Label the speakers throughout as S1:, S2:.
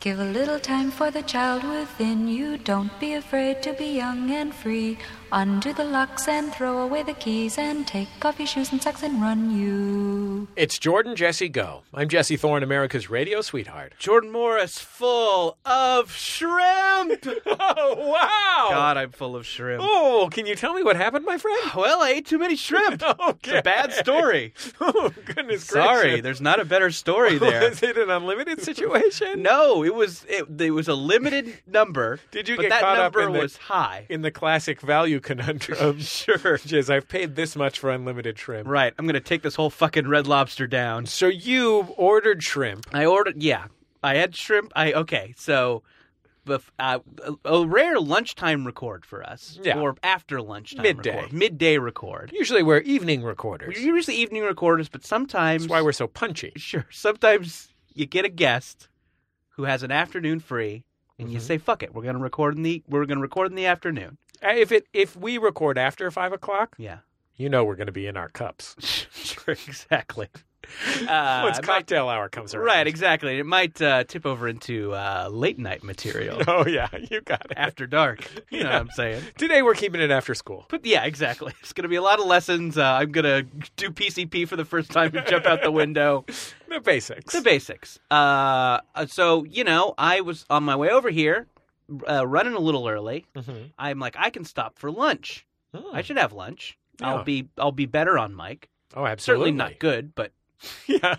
S1: Give a little time for the child within you. Don't be afraid to be young and free. Undo the locks and throw away the keys and take off your shoes and socks and run you.
S2: It's Jordan Jesse Go. I'm Jesse Thorne, America's radio sweetheart.
S3: Jordan Morris, full of shrimp.
S2: Oh, wow.
S3: God, I'm full of shrimp.
S2: Oh, can you tell me what happened, my friend?
S3: Well, I ate too many shrimp. It's
S2: Okay.
S3: a bad story.
S2: Oh, goodness
S3: Sorry,
S2: gracious.
S3: there's not a better story there.
S2: Was it an unlimited situation?
S3: No, it was it, it was a limited number.
S2: Did you
S3: but
S2: get
S3: that
S2: caught up
S3: number
S2: in the-
S3: was high?
S2: In the classic value conundrum.
S3: Sure.
S2: Which is, I've paid this much for unlimited shrimp.
S3: Right, I'm gonna take this whole fucking red lobster down.
S2: So you ordered shrimp.
S3: I ordered. Yeah, I had shrimp. I okay. So, bef- uh, a- a rare lunchtime record for us.
S2: Yeah.
S3: Or after lunchtime.
S2: Midday.
S3: Record, midday record.
S2: Usually we're evening recorders.
S3: We're usually evening recorders, but sometimes
S2: That's why we're so punchy.
S3: sure. Sometimes you get a guest who has an afternoon free, and you say, "Fuck it, we're gonna record in the we're gonna record in the afternoon."
S2: Uh, If it if we record after five o'clock,
S3: Yeah.
S2: you know we're going to be in our cups.
S3: sure. Exactly. Uh,
S2: Once
S3: it might-
S2: cocktail hour comes around.
S3: right. Exactly. It might uh, tip over into uh, late night material.
S2: Oh yeah, you got it.
S3: After dark, you know what I'm saying?
S2: Today we're keeping it after school.
S3: But yeah, exactly. It's going to be a lot of lessons. Uh, I'm going to do PCP for the first time and jump out the window.
S2: The basics.
S3: The basics. Uh, uh, so, you know, I was on my way over here, uh, running a little early.
S2: Mhm.
S3: I'm like, I can stop for lunch. Mm-hmm.
S2: Hmm.
S3: I should have lunch.
S2: Yeah.
S3: I'll be I'll be better on mic.
S2: Oh, absolutely
S3: Certainly not good, but
S2: yeah,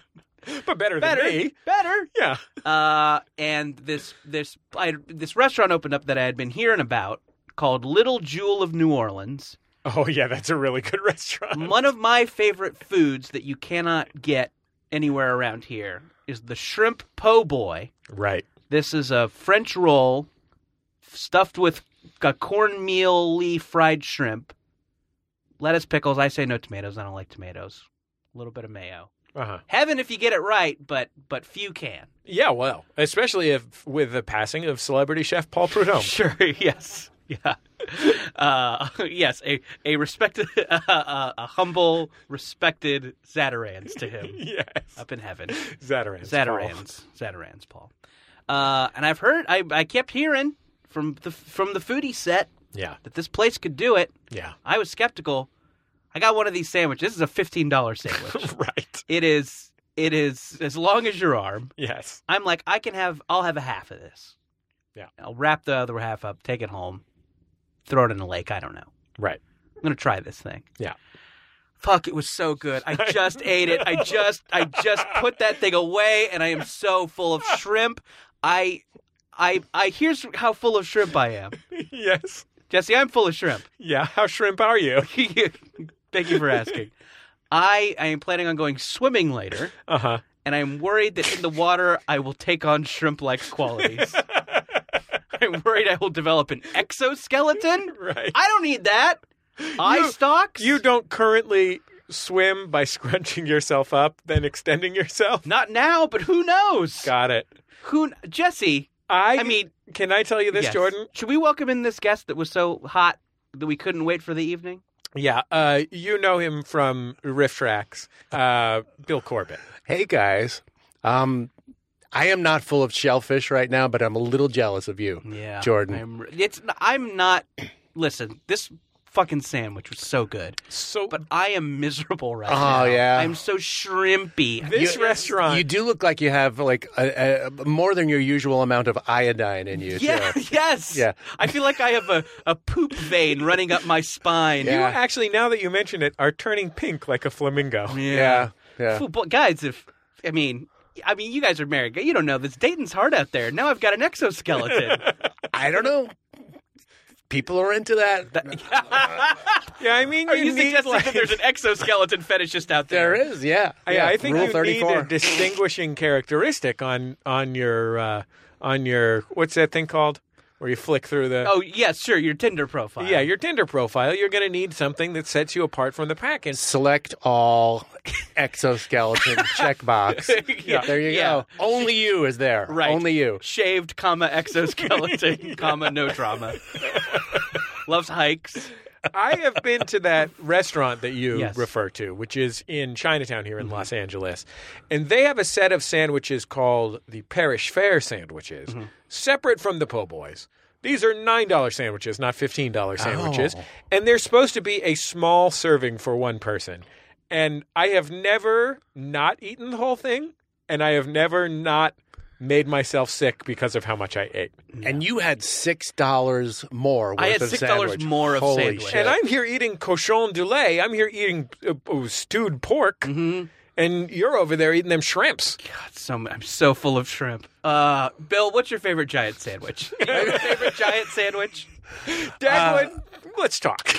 S2: but better,
S3: better,
S2: than me.
S3: better.
S2: Yeah.
S3: Uh, and this this I, this restaurant opened up that I had been hearing about called Little Jewel of New Orleans.
S2: Oh yeah, that's a really good restaurant.
S3: One of my favorite foods that you cannot get anywhere around here is the shrimp po' boy.
S2: Right.
S3: This is a French roll stuffed with a cornmeal-y fried shrimp, lettuce, pickles. I say no tomatoes. I don't like tomatoes. A little bit of mayo.
S2: Uh huh.
S3: Heaven if you get it right, but but few can.
S2: Yeah. Well, especially if with the passing of celebrity chef Paul Prudhomme.
S3: Sure. Yes. Yeah. Uh, yes. A a respected, uh, uh, a humble, respected Zatarans to him
S2: yes.
S3: up in heaven.
S2: Zatarans. Paul.
S3: Zatarans, Zatarans, Paul. Uh, and I've heard, I, I kept hearing from the from the foodie set
S2: Yeah.
S3: that this place could do it.
S2: Yeah.
S3: I was skeptical. I got one of these sandwiches. This is a fifteen dollar sandwich.
S2: right.
S3: it is, it is as long as your arm.
S2: Yes.
S3: I'm like, I can have, I'll have a half of this.
S2: Yeah.
S3: I'll wrap the other half up, take it home, throw it in the lake. I don't know.
S2: Right.
S3: I'm gonna try this thing.
S2: Yeah.
S3: Fuck, it was so good. I just ate it. I just I just put that thing away and I am so full of shrimp. I I I here's how full of shrimp I am.
S2: yes.
S3: Jesse, I'm full of shrimp.
S2: Yeah. How shrimp are you?
S3: Thank you for asking. I, I am planning on going swimming later,
S2: Uh huh.
S3: and I'm worried that in the water I will take on shrimp like qualities. I'm worried I will develop an exoskeleton.
S2: Right.
S3: I don't need that. Eye
S2: You-
S3: stalks?
S2: You don't currently swim by scrunching yourself up, then extending yourself.
S3: Not now, but who knows?
S2: Got it.
S3: Who kn- Jesse?
S2: I,
S3: I mean,
S2: can I tell you this,
S3: yes.
S2: Jordan?
S3: Should we welcome in this guest that was so hot that we couldn't wait for the evening?
S2: Yeah, uh, you know him from Riff Tracks, uh, Bill Corbett.
S4: Hey guys, um, I am not full of shellfish right now, but I'm a little jealous of you,
S3: Yeah,
S4: Jordan.
S3: I'm, it's I'm not. Listen, this fucking sandwich was so good,
S2: So
S3: but I am miserable right
S4: Oh,
S3: now.
S4: yeah.
S3: I'm so shrimpy.
S2: this
S4: You-
S2: restaurant,
S4: You do look like you have like a, a, more than your usual amount of iodine in you.
S3: yeah,
S4: too.
S3: yes.
S4: Yeah.
S3: I feel like I have a, a poop vein running up my spine.
S2: you
S4: Yeah.
S2: actually, now that you mention it, are turning pink like a flamingo.
S4: yeah, yeah.
S3: Phew, but guys, if I mean, I mean, you guys are married. You don't know this. Dayton's hard out there. Now I've got an exoskeleton.
S4: I don't know. People are into that.
S2: Yeah, I mean,
S3: are you
S2: need
S3: suggesting
S2: like,
S3: that there's an exoskeleton fetishist out there?
S4: there is, yeah.
S2: I,
S4: yeah.
S2: I think
S4: Rule
S2: you need
S4: 34.
S2: a distinguishing characteristic on on your uh, on your what's that thing called where you flick through the
S3: Oh yes, sure. Your Tinder profile.
S2: Yeah, your Tinder profile, you're going to need something that sets you apart from the pack. And
S4: Select all exoskeleton checkbox.
S3: Yeah.
S4: There you
S3: Yeah.
S4: go. Only you is there.
S3: Right.
S4: Only you.
S3: shaved, comma exoskeleton, comma no drama. Loves hikes.
S2: I have been to that restaurant that you
S3: Yes.
S2: refer to, which is in Chinatown here in Los Angeles, and they have a set of sandwiches called the Parish Fair sandwiches, separate from the po' boys. These are nine dollar sandwiches, not fifteen dollar sandwiches, and they're supposed to be a small serving for one person. And I have never not eaten the whole thing, and I have never not made myself sick because of how much I ate.
S4: And you had six dollars more. Worth
S3: I had
S4: of
S3: $6
S4: sandwich.
S3: more of
S4: Holy
S3: sandwich.
S4: Shit.
S2: And I'm here eating cochon du lait. I'm here eating uh, uh, stewed pork. And you're over there eating them shrimps.
S3: God, so I'm so full of shrimp. Uh, Bill, what's your favorite giant sandwich? your favorite giant sandwich?
S2: Dagwood, let's talk.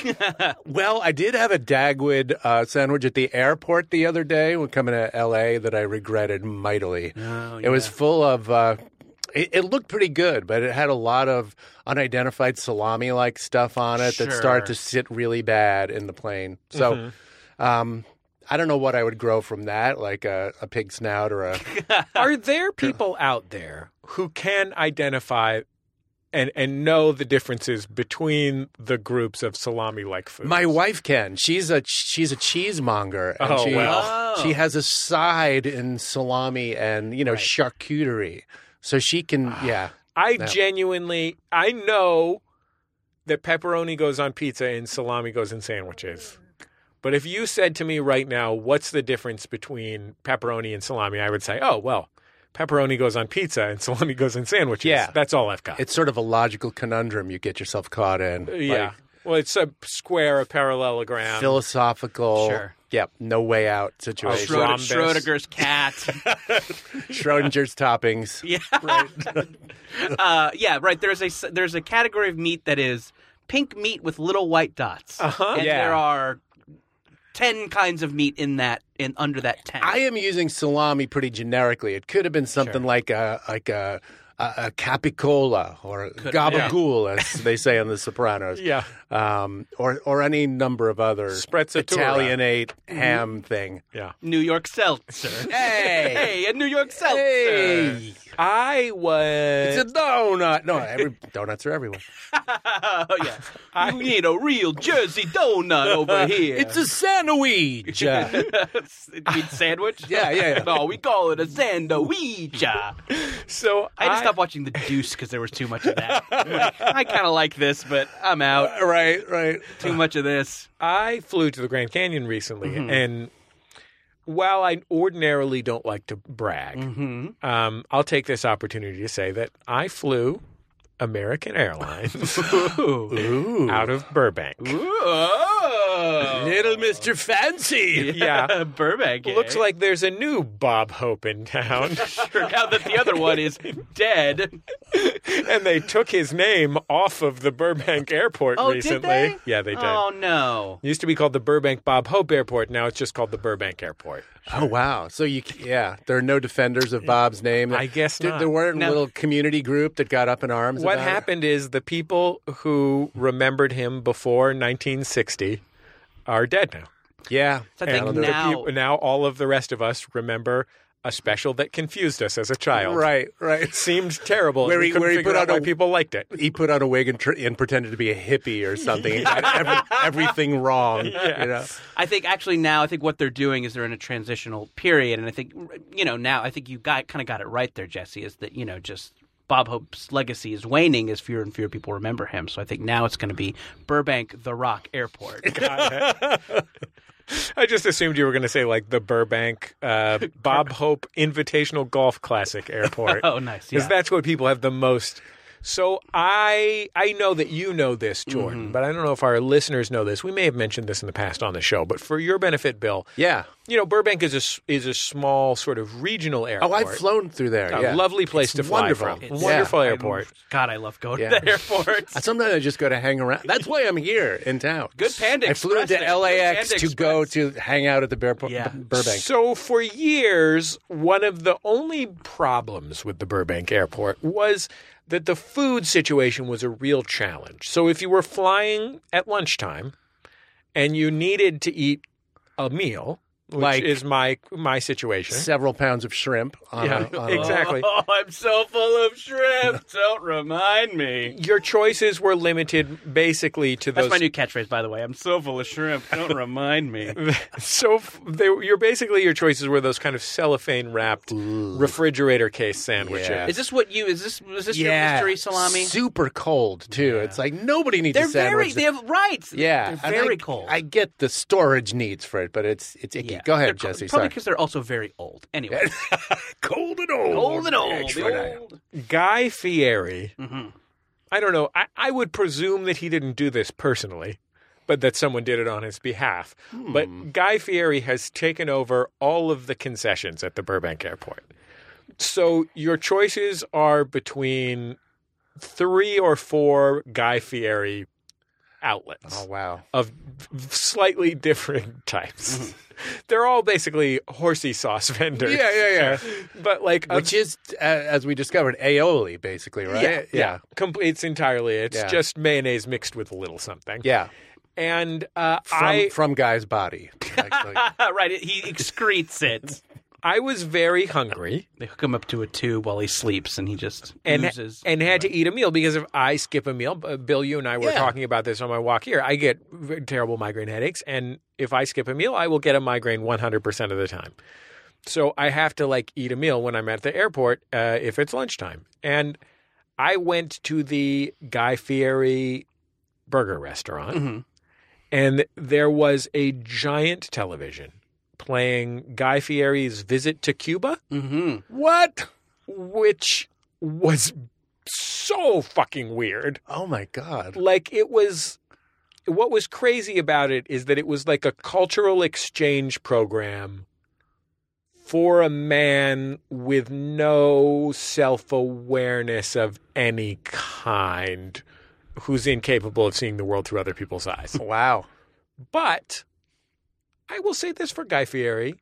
S4: Well, I did have a Dagwood uh, sandwich at the airport the other day when coming to L.A. that I regretted mightily.
S3: Oh,
S4: It was full of. Uh, it, it looked pretty good, but it had a lot of unidentified salami-like stuff on it that started
S3: Sure. Mm-hmm.
S4: to sit really bad in the plane. So, um, I don't know what I would grow from that, like a, a pig snout or a.
S2: Are there people out there who can identify and, and know the differences between the groups of salami like food?
S4: My wife can. She's a she's a cheesemonger, and
S2: Oh,
S4: she
S3: well.
S4: she has a side in salami and you know charcuterie, so she can yeah.
S2: I genuinely, I know that pepperoni goes on pizza and salami goes in sandwiches. But if you said to me right now, what's the difference between pepperoni and salami? I would say, oh, well, pepperoni goes on pizza and salami goes in sandwiches.
S4: Yeah.
S2: That's all I've got.
S4: It's sort of a logical conundrum you get yourself caught in.
S2: Uh, yeah.
S4: Like,
S2: well, it's a square, a parallelogram.
S4: philosophical.
S3: Sure.
S4: Yep, no way out situation.
S2: Oh,
S3: Schroeder-
S2: Rhombus.
S3: Schrodinger's cat.
S4: Schrodinger's toppings.
S3: yeah, uh, yeah, right. There's a s- there's a category of meat that is pink meat with little white dots,
S2: Uh-huh.
S3: and
S4: Yeah.
S3: there are ten kinds of meat in that in under that tent.
S4: I am using salami pretty generically. It could have been something like a like a a, a capicola or gabagool, as they say on The Sopranos.
S2: Yeah.
S4: um, or or any number of other
S2: Sprezzatura.
S4: Italianate ham thing.
S2: yeah.
S3: New York seltzer.
S4: Mm-hmm. Hey.
S3: hey, a New York seltzer.
S4: Hey,
S2: I was.
S4: it's a donut. No, every, donuts are everywhere.
S3: oh yeah, you need a real Jersey donut over here.
S4: It's a sandwich. yeah,
S3: You mean sandwich.
S4: yeah, yeah.
S3: No, we call it a sandwich. I
S2: so
S3: had to stop watching The Deuce because there was too much of that. Like, I kind of like this, but I'm
S2: Uh,
S3: out.
S4: Right, right.
S3: Too much of this.
S2: I flew to the Grand Canyon recently,
S3: Mm-hmm.
S2: and while I ordinarily don't like to brag,
S3: Mm-hmm.
S2: um, I'll take this opportunity to say that I flew American Airlines
S4: Ooh,
S2: out of Burbank.
S3: Whoa.
S4: little Mister Fancy.
S2: Yeah.
S3: Burbank. eh?
S2: oh. Looks like there's a new Bob Hope in town,
S3: now that the other one is dead.
S2: and they took his name off of the Burbank airport
S3: Oh, did
S2: recently.
S3: they?
S2: Yeah, they did.
S3: Oh no.
S2: It used to be called the Burbank Bob Hope Airport. Now it's just called the Burbank Airport.
S4: Oh wow! So you, yeah, there are no defenders of Bob's name.
S2: I guess
S4: there,
S2: not.
S4: there weren't
S3: No.
S4: a little community group that got up in arms.
S2: What
S4: about it?
S2: happened is the people who remembered him before 1960 are dead now.
S4: Yeah,
S3: So I think
S4: And
S2: The
S4: the
S3: now,
S2: peop- now all of the rest of us remember a special that confused us as a child.
S4: right, right.
S2: It seemed terrible. and
S4: Where
S2: we
S4: he-
S2: couldn't
S4: where he
S2: figure
S4: put
S2: out
S4: out
S2: why
S4: a-
S2: people liked it.
S4: he put on a wig and, tr- and pretended to be a hippie or something. He got every- everything wrong. You know?
S3: I think actually now I think what they're doing is they're in a transitional period, and I think you know now I think you got kind of got it right there, Jesse. Is that you know just Bob Hope's legacy is waning as fewer and fewer people remember him. So I think now it's going to be Burbank, The Rock Airport.
S2: I just assumed you were going to say like the Burbank uh, Bob Hope Invitational Golf Classic Airport.
S3: oh, nice.
S2: because
S3: Yeah.
S2: that's what people have the most. So I I know that you know this,
S3: Mm-hmm.
S2: Jordan, but I don't know if our listeners know this. We may have mentioned this in the past on the show, but for your benefit, Bill,
S4: Yeah.
S2: you know Burbank is a s- is a small sort of regional airport.
S4: Oh, I've flown through there.
S2: A
S4: yeah.
S2: lovely place
S4: It's
S2: to fly
S4: wonderful.
S2: from.
S4: It's-
S2: Wonderful
S3: I'm-
S2: airport.
S3: God, I love going
S4: Yeah.
S3: to the airport.
S4: Uh, Sometimes I just go to hang around. That's why I'm here in town.
S3: Good Panda
S4: I flew
S3: Express
S4: into
S3: there. Good
S4: LAX
S3: Panda
S4: to go to
S3: Express.
S4: hang out at the Bearpo-
S3: Yeah.
S4: B- Burbank.
S2: So for years, one of the only problems with the Burbank airport was that the food situation was a real challenge. So if you were flying at lunchtime and you needed to eat a meal, which
S4: Like-
S2: is my my situation.
S4: Several pounds of shrimp. On
S2: Yeah,
S4: a, on a-
S2: exactly.
S3: Oh, I'm so full of shrimp. Don't remind me.
S2: Your choices were limited basically to
S3: That's
S2: those
S3: my new catchphrase, by the way. I'm so full of shrimp. Don't remind me.
S2: so f- they, you're basically your choices were those kind of cellophane wrapped refrigerator case sandwiches.
S4: Yeah.
S3: Is this what you? Is this? Is this
S4: Yeah.
S3: your mystery salami?
S4: Super cold too. It's like nobody needs
S3: They're
S4: a sandwich.
S3: very. They have rights.
S4: yeah,
S3: they're
S4: and
S3: very
S4: I,
S3: cold.
S4: I get the storage needs for it, but it's it's icky.
S3: Yeah.
S4: Go ahead,
S3: They're co-
S4: Jesse.
S3: Probably
S4: Sorry.
S3: because they're also very old. Anyway,
S4: cold and old.
S3: old and old.
S4: Extra
S3: The old.
S2: Guy Fieri.
S4: Mm-hmm.
S2: I don't know. I, I would presume that he didn't do this personally, but that someone did it on his behalf.
S4: Hmm.
S2: But Guy Fieri has taken over all of the concessions at the Burbank Airport. So your choices are between three or four Guy Fieri outlets.
S4: Oh wow.
S2: of slightly different types. They're all basically horsey sauce vendors.
S4: Mm-hmm. Yeah, yeah,
S2: But like,
S4: Which is, uh, as we discovered, aioli basically, right?
S2: yeah, yeah, Com- it's entirely. It's
S4: Yeah.
S2: just mayonnaise mixed with a little something.
S4: yeah.
S2: and uh,
S4: From
S2: I
S4: from guy's body. actually.
S3: right. He excretes it.
S2: I was very hungry
S3: They hook him up to a tube while he sleeps, and he just
S2: and
S3: oozes.
S2: and had to eat a meal because if I skip a meal, uh, Bill, you and I were
S4: Yeah.
S2: talking about this on my walk here. I get v- terrible migraine headaches, and if I skip a meal, I will get a migraine one hundred percent of the time. So I have to like eat a meal when I'm at the airport uh, if it's lunchtime. And I went to the Guy Fieri burger restaurant,
S3: Mhm.
S2: and there was a giant television playing Guy Fieri's visit to Cuba
S3: Mhm.
S4: what?
S2: which was so fucking weird.
S4: Oh my god.
S2: Like it was what was crazy about it is that it was like a cultural exchange program for a man with no self-awareness of any kind who's incapable of seeing the world through other people's eyes.
S4: Wow.
S2: But I will say this for Guy Fieri,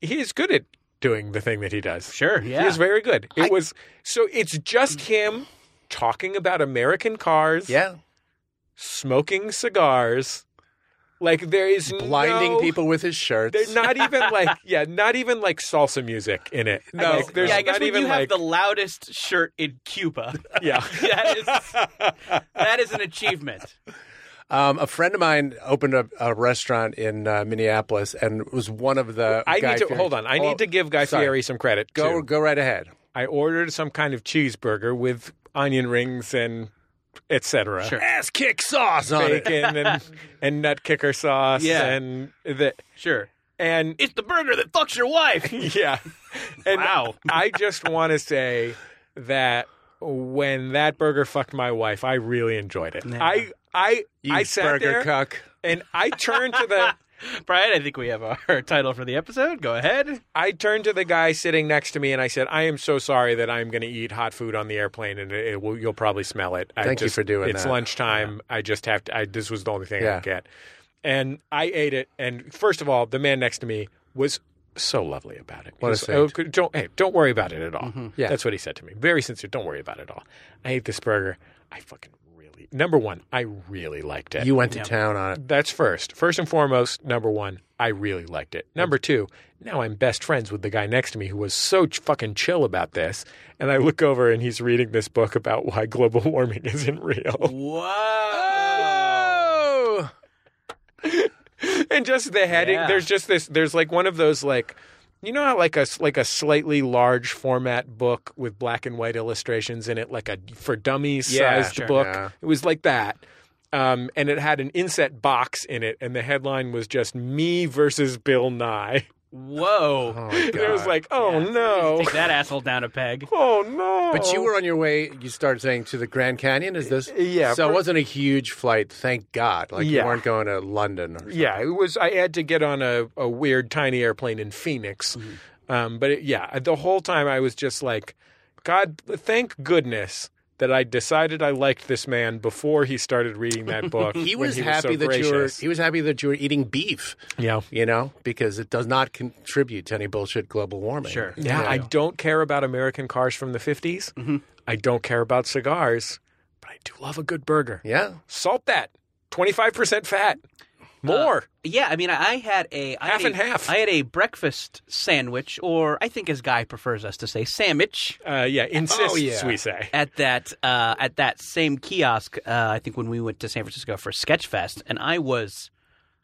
S2: he is good at doing the thing that he does.
S3: Sure. Yeah.
S2: He is very good. It
S4: I-
S2: was so it's just him talking about American cars,
S4: Yeah.
S2: smoking cigars. Like there is
S4: Blinding
S2: no-
S4: people with his shirts.
S2: There's not even like yeah, not even like salsa music in it.
S4: No.
S2: Like, there's
S3: yeah, I guess
S2: not
S3: when
S2: even
S3: you
S2: like
S3: have the loudest shirt in Cuba,
S2: yeah.
S3: that is that is an achievement.
S4: Um, a friend of mine opened a, a restaurant in uh, Minneapolis and was one of the.
S2: I
S4: Guy
S2: need to
S4: Fieri-
S2: hold on. I
S4: Oh,
S2: need to give Guy
S4: sorry.
S2: Fieri some credit.
S4: Go
S2: too.
S4: go right ahead.
S2: I ordered some kind of cheeseburger with onion rings and etc.
S3: Sure.
S4: Ass kick sauce on it.
S2: Bacon and, and nut kicker sauce
S3: Yeah.
S2: and the
S3: Sure.
S2: and
S3: It's the burger that fucks your wife.
S2: yeah. And
S3: Wow.
S2: I just want to say that when that burger fucked my wife, I really enjoyed it.
S3: Yeah.
S2: I I
S4: You
S2: I sat
S4: burger
S2: there
S4: cuck.
S2: and I turned to the
S3: Brian, I think we have our title for the episode. Go ahead.
S2: I turned to the guy sitting next to me and I said, "I am so sorry that I'm going to eat hot food on the airplane and it, it will, you'll probably smell it." I
S4: Thank you
S2: just-
S4: for doing
S2: It's
S4: that.
S2: lunchtime. I just have to. I, this was the only thing I
S4: Yeah.
S2: could get, and I ate it. And first of all, the man next to me was so lovely about it. He
S4: What a
S2: was,
S4: saint. Mm-hmm.
S2: "Oh, could- don't hey, don't worry about it at all.
S4: Yeah.
S2: That's what he said to me. Very sincere. Don't worry about it at all. I ate this burger. I fucking really number one. I really liked it.
S4: You went to town on it.
S2: Uh, That's first. First and foremost, number one, I really liked it. Number two, now I'm best friends with the guy next to me who was so ch- fucking chill about this. And I look over and he's reading this book about why global warming isn't real.
S3: Wow.
S4: Oh,
S2: and just the heading,
S3: Yeah.
S2: there's just this, there's like one of those like, you know how like a s- like a slightly large format book with black and white illustrations in it, like a for dummies
S4: Yeah,
S2: sized
S4: sure.
S2: book.
S4: Yeah.
S2: It was like that, um, and it had an inset box in it, and the headline was just me versus Bill Nye.
S4: Oh,
S3: Whoa.
S4: my
S2: And it was
S4: God.
S2: like, oh no,
S3: Take that asshole down a peg.
S2: oh no.
S4: But you were on your way. You started saying to the Grand Canyon. Is this?
S2: Yeah,
S4: So
S2: for-
S4: it wasn't a huge flight. Thank God. Like
S2: Yeah.
S4: you weren't going to London. Or
S2: yeah, it was. I had to get on a, a weird tiny airplane in Phoenix,
S4: Mm-hmm.
S2: um, but it, yeah, the whole time I was just like, God, thank goodness that I decided I liked this man before he started reading that book.
S4: He
S2: when
S4: was
S2: he
S4: happy
S2: was so
S4: that you were.
S2: gracious.
S4: He was happy that you were eating beef.
S2: yeah.
S4: You know, because it does not contribute to any bullshit global warming.
S3: Sure.
S2: Yeah,
S4: Yeah.
S2: I don't care about American cars from the 50s.
S4: Mm-hmm.
S2: I don't care about cigars, but I do love a good burger.
S4: Yeah.
S2: Salt that. 25% fat. More.
S3: Yeah, I mean, I had a I
S2: Half
S3: had
S2: and
S3: a-
S2: half.
S3: I had a breakfast sandwich, or I think as Guy prefers us to say, sandwich.
S2: Uh, yeah, insists
S4: Oh, yeah.
S2: we say.
S3: At that uh, at that same kiosk, uh, I think when we went to San Francisco for Sketchfest, and I was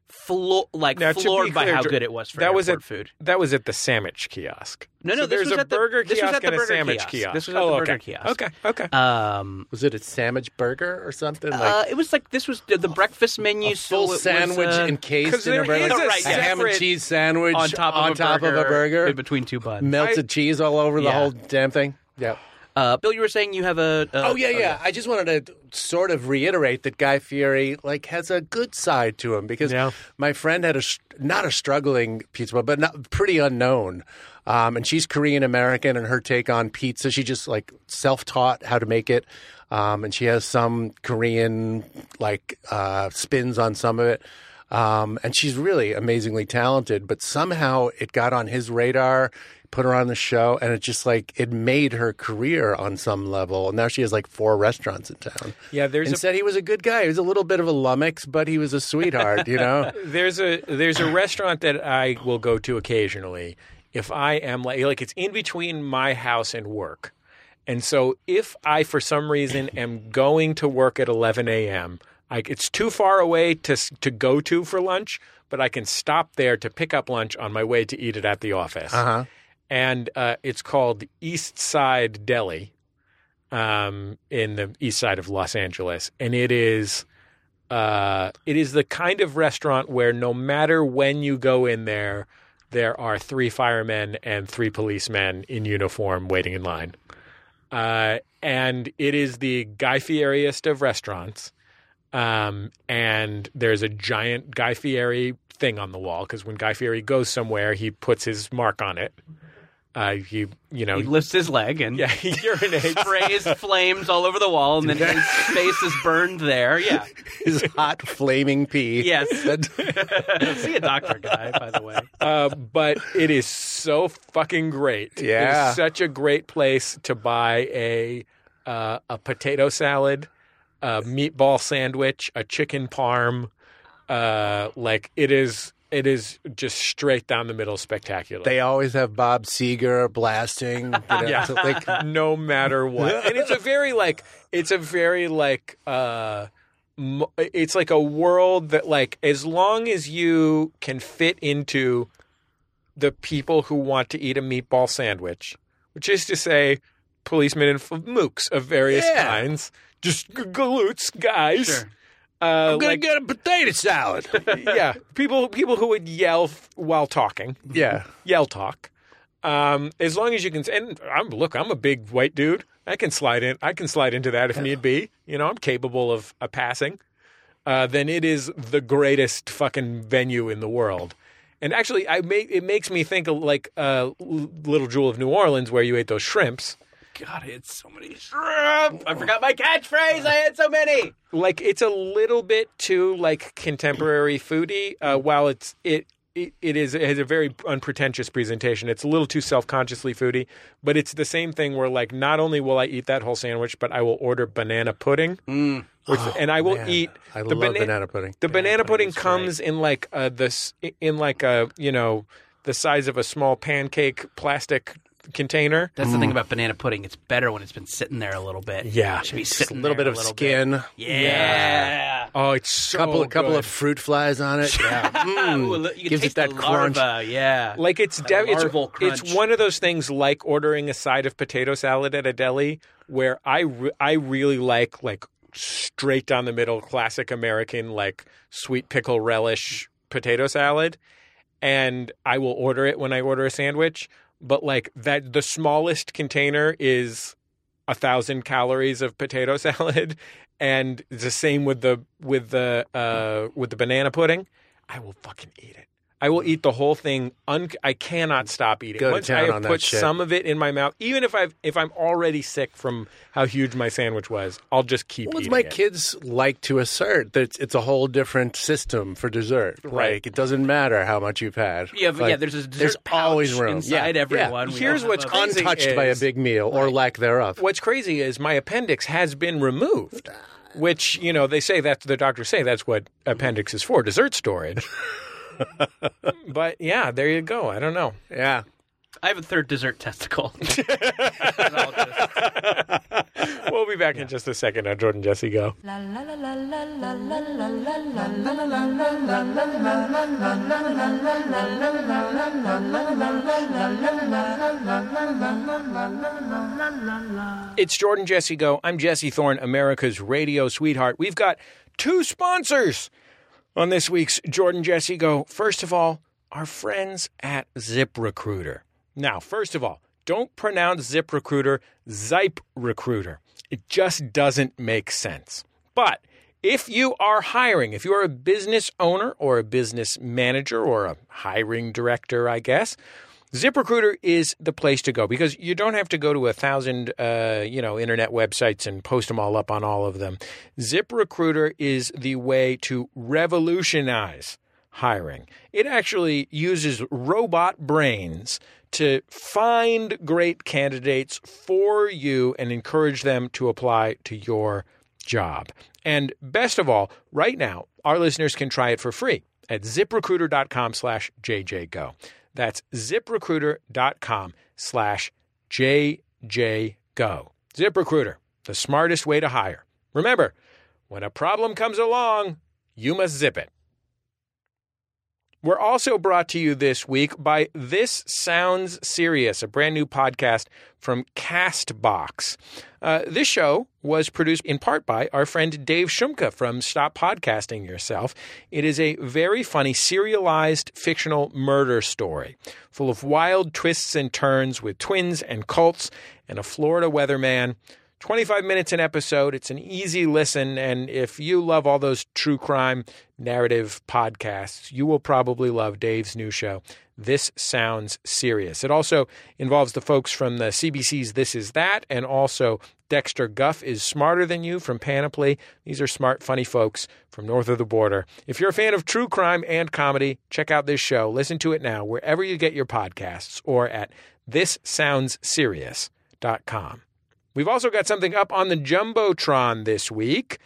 S3: flo- like
S2: Now, to be
S3: floored by
S2: clear,
S3: how
S2: Dr-
S3: good it was for
S2: that
S3: airport
S2: was at-
S3: food.
S2: That was at the sandwich kiosk.
S3: No, no,
S2: So
S3: this
S2: there's
S3: was
S2: a
S3: at the-
S2: burger
S3: this was
S2: kiosk
S3: at the
S2: and a
S3: burger
S2: sandwich
S3: kiosk.
S2: kiosk.
S3: This was at
S2: oh,
S3: the
S2: okay.
S3: burger kiosk.
S2: Okay, okay.
S3: Um,
S4: Was it a sandwich burger or something? Like
S3: uh, it was like this was the, the breakfast menu,
S4: a full
S3: so it was,
S4: sandwich
S3: uh,
S4: encased
S2: 'cause
S4: in a
S2: there
S4: burger,
S2: is
S4: like
S2: a
S4: a ham and
S2: separate-
S4: cheese sandwich
S3: on top of,
S4: on
S3: a,
S4: top
S3: burger,
S4: of a burger,
S3: in between two buns.
S4: melted cheese all over the
S3: Yeah.
S4: whole damn thing. Yeah.
S3: Uh, Bill, you were saying you have a. a
S4: Oh yeah, yeah. I just wanted to sort of reiterate that Guy Fieri like has a good side to him because
S2: Yeah.
S4: my friend had a s- not a struggling pizza, but- but not pretty unknown. Um, and she's Korean American, and her take on pizza, she just like self taught how to make it. Um, and she has some Korean like uh, spins on some of it. Um, and she's really amazingly talented, but somehow it got on his radar, put her on the show, and it just like it made her career on some level. And now she has like four restaurants in town.
S2: Yeah, there's
S4: and
S2: a-
S4: said he was a good guy. He was a little bit of a lummox, but he was a sweetheart, you know?
S2: there's a there's a restaurant that I will go to occasionally if I am like like it's in between my house and work. And so if I for some reason am going to work at 11 a.m., like it's too far away to s- to go to for lunch, but I can stop there to pick up lunch on my way to eat it at the office.
S4: Uh-huh.
S2: And uh, it's called East Side Deli um, in the east side of Los Angeles, and it is uh, it is the kind of restaurant where no matter when you go in there, there are three firemen and three policemen in uniform waiting in line, uh, and it is the Guy Fieriest of restaurants. Um, and there's a giant Guy Fieri thing on the wall because when Guy Fieri goes somewhere, he puts his mark on it. Uh, he, you know,
S3: He lifts his leg and
S2: yeah, he urinates.
S3: sprays flames all over the wall, and then his face is burned there. Yeah.
S4: His hot flaming pee.
S3: Yes.
S4: That-
S3: See a doctor guy, by the way.
S2: uh, but it is so fucking great.
S4: Yeah.
S2: it is such a great place to buy a uh, a potato salad, a meatball sandwich, a chicken parm. Uh, like it is, it is just straight down the middle, spectacular.
S4: they always have Bob Seger blasting. You know,
S2: Yeah.
S4: to, like
S2: no matter what, and it's a very like, it's a very like. Uh, m- it's like a world that like as long as you can fit into the people who want to eat a meatball sandwich, which is to say, policemen and f- mooks of various
S4: Yeah.
S2: kinds, just g- glutes guys.
S3: Sure.
S2: Uh,
S4: I'm gonna
S2: like,
S4: get a potato salad.
S2: yeah, people people who would yell f- while talking,
S4: yeah.
S2: yell talk. Um, as long as you can, and I'm look, I'm a big white dude. I can slide in. I can slide into that if need be. You know, I'm capable of a passing. Uh, then it is the greatest fucking venue in the world. And actually, I make it makes me think of like uh, L- Little Jewel of New Orleans, where you ate those shrimps.
S3: God, I had so many shrimp. I forgot my catchphrase. I had so many.
S2: Like it's a little bit too like contemporary foodie. Uh, while it's it. It it is it has a very unpretentious presentation. It's a little too self consciously foodie, but it's the same thing where like not only will I eat that whole sandwich, but I will order banana pudding,
S3: Mm.
S2: which, and I will
S4: Oh, Man,
S2: eat.
S4: I
S2: the
S4: love
S2: bana-
S4: banana pudding.
S2: The banana, pudding,
S3: pudding is great.
S2: comes in like uh, this in like a you know the size of a small pancake plastic container.
S3: That's the thing about banana pudding. It's better when it's been sitting there a little bit.
S2: Yeah.
S3: It should be
S4: a
S3: sitting
S4: little
S3: there
S4: bit of
S3: a little
S4: skin.
S3: Bit. Yeah.
S2: Oh, it's so
S4: couple a couple
S2: good.
S4: of fruit flies on it. Yeah. Mm.
S3: Ooh, look, you can
S4: Gives
S3: taste
S4: it that
S3: the
S4: crunch.
S3: larva. Yeah.
S2: Like it's de-
S3: larval
S2: it's,
S3: crunch.
S2: it's one of those things like ordering a side of potato salad at a deli where I re- I really like like straight down the middle classic American like sweet pickle relish potato salad and I will order it when I order a sandwich but like that the smallest container is a thousand calories of potato salad and it's the same with the with the uh with the banana pudding i will fucking eat it i will eat the whole thing un- i cannot stop eating
S4: Go to
S2: once
S4: town
S2: i have
S4: on that
S2: put
S4: shit.
S2: some of it in my mouth even if i've if i'm already sick from how huge my sandwich was i'll just keep
S4: Well, it's
S2: eating
S4: my
S2: it.
S4: kids like to assert that it's, it's a whole different system for dessert.
S2: Right.
S4: Like it doesn't matter how much you've had.
S3: yeah, but
S4: Like,
S3: yeah, there's a dessert
S4: there's
S3: pouch
S4: always room.
S3: inside
S4: yeah.
S3: everyone.
S4: Yeah.
S3: We
S2: Here's
S3: all
S2: what's
S3: have a-
S2: crazy
S4: Untouched by a
S2: is-
S4: big meal or lack thereof.
S2: what's crazy is my appendix has been removed which you know they say that the doctors say that's what appendix is for dessert storage. but yeah, there you go. I don't know.
S4: Yeah.
S3: I have a third dessert testicle.
S2: We'll be back in just a second on Jordan Jesse Go.
S1: La la la la la la la la la la la la la la la la la
S2: It's Jordan Jesse Go. I'm Jesse Thorne, America's radio sweetheart. We've got two sponsors on this week's Jordan Jesse Go. First of all, our friends at ZipRecruiter. Now, first of all, don't pronounce ZipRecruiter Zipe Recruiter. It just doesn't make sense. But if you are hiring, if you are a business owner or a business manager or a hiring director, I guess, ZipRecruiter is the place to go because you don't have to go to a thousand, uh, you know, internet websites and post them all up on all of them. ZipRecruiter is the way to revolutionize hiring. It actually uses robot brains to find great candidates for you and encourage them to apply to your job. And best of all, right now, our listeners can try it for free at ziprecruiter.com slash jjgo. That's ziprecruiter.com slash jjgo. ZipRecruiter, the smartest way to hire. Remember, when a problem comes along, you must zip it. We're also brought to you this week by This Sounds Serious, a brand new podcast from Castbox. Uh, this show was produced in part by our friend Dave Shumka from Stop Podcasting Yourself. It is a very funny, serialized fictional murder story full of wild twists and turns with twins and cults and a Florida weatherman. 25 minutes an episode. It's an easy listen. And if you love all those true crime narrative podcasts, you will probably love Dave's new show, This Sounds Serious. It also involves the folks from the CBC's This Is That and also Dexter Guff is Smarter Than You from Panoply. These are smart, funny folks from north of the border. If you're a fan of true crime and comedy, check out this show. Listen to it now wherever you get your podcasts or at thissoundsserious.com. We've also got something up on the Jumbotron this week.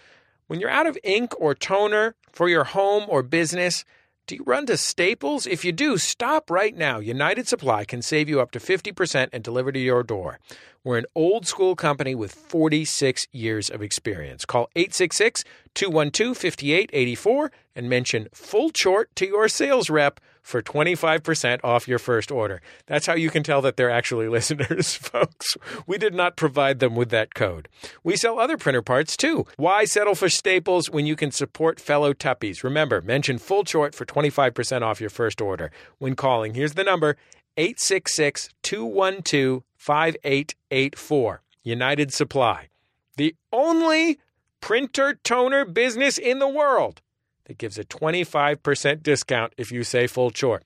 S2: When you're out of ink or toner for your home or business, do you run to Staples? If you do, stop right now. United Supply can save you up to 50% and deliver to your door. We're an old school company with 46 years of experience. Call 866 212 5884 and mention full short to your sales rep for 25% off your first order. That's how you can tell that they're actually listeners, folks. We did not provide them with that code. We sell other printer parts too. Why settle for staples when you can support fellow Tuppies? Remember, mention full short for 25% off your first order when calling. Here's the number 866 212 5884. United Supply. The only printer toner business in the world that gives a 25% discount if you say full short.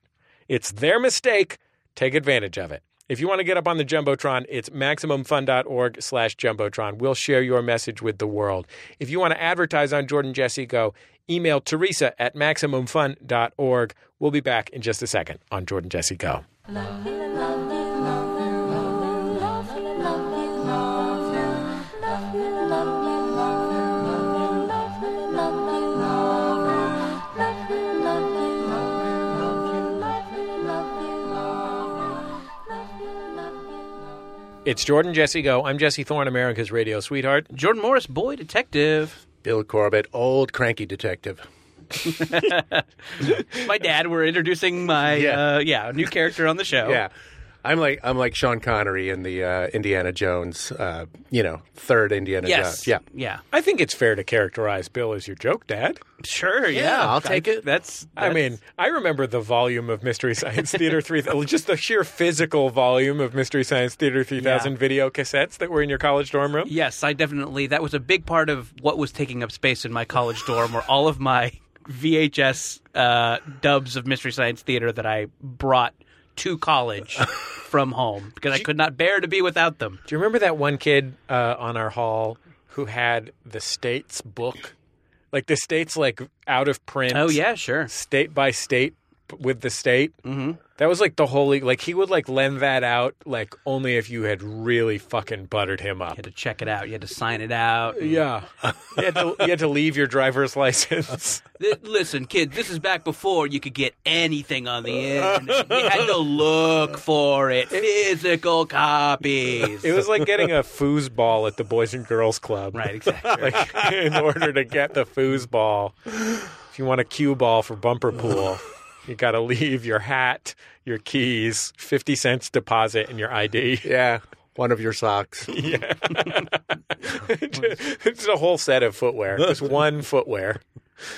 S2: It's their mistake. Take advantage of it. If you want to get up on the Jumbotron, it's MaximumFun.org slash Jumbotron. We'll share your message with the world. If you want to advertise on Jordan Jesse Go, email Teresa at MaximumFun.org. We'll be back in just a second on Jordan Jesse Go. It's Jordan Jesse Go. I'm Jesse Thorne, America's radio sweetheart.
S3: Jordan Morris, boy detective.
S4: Bill Corbett, old cranky detective.
S3: My dad. We're introducing my
S4: Yeah.
S3: uh, yeah new character on the
S2: Oh.
S3: show.
S4: Yeah. I'm like I'm like Sean Connery in the uh, Indiana Jones, uh, you know, third Indiana
S3: Yes.
S4: Jones. Yeah.
S3: Yeah.
S2: I think it's fair to characterize Bill as your joke dad.
S3: Sure. Yeah.
S4: I'll take
S3: I-
S4: it.
S3: That's,
S2: I
S3: that's-
S2: mean, I remember the volume of Mystery Science Theater 3000, just the sheer physical volume of Mystery Science Theater 3000
S3: Yeah.
S2: video cassettes that were in your college dorm room.
S3: Yes, I definitely. That was a big part of what was taking up space in my college dorm, were all of my VHS uh, dubs of Mystery Science Theater that I brought to college from home because I could not bear to be without them.
S2: Do you remember that one kid uh, on our hall who had the state's book? Like the state's like out of print.
S3: Oh yeah, sure.
S2: State by state with the state. Mm-hmm. That was like the holy. Like he would like lend that out like only if you had really fucking buttered him up.
S3: You had to check it out. You had to sign it out. and-
S2: Yeah, you, had to, you had to leave your driver's license.
S3: Th- Listen, kid, this is back before you could get anything on the internet. You had to look for it. Physical copies.
S2: It was like getting a foosball at the Boys and Girls Club.
S3: right, exactly.
S2: Like in order to get the foosball, if you want a cue ball for bumper pool, you got to leave your hat, your keys, fifty cents deposit, and your ID.
S4: Yeah, one of your socks.
S2: it's a whole set of footwear. Just one footwear.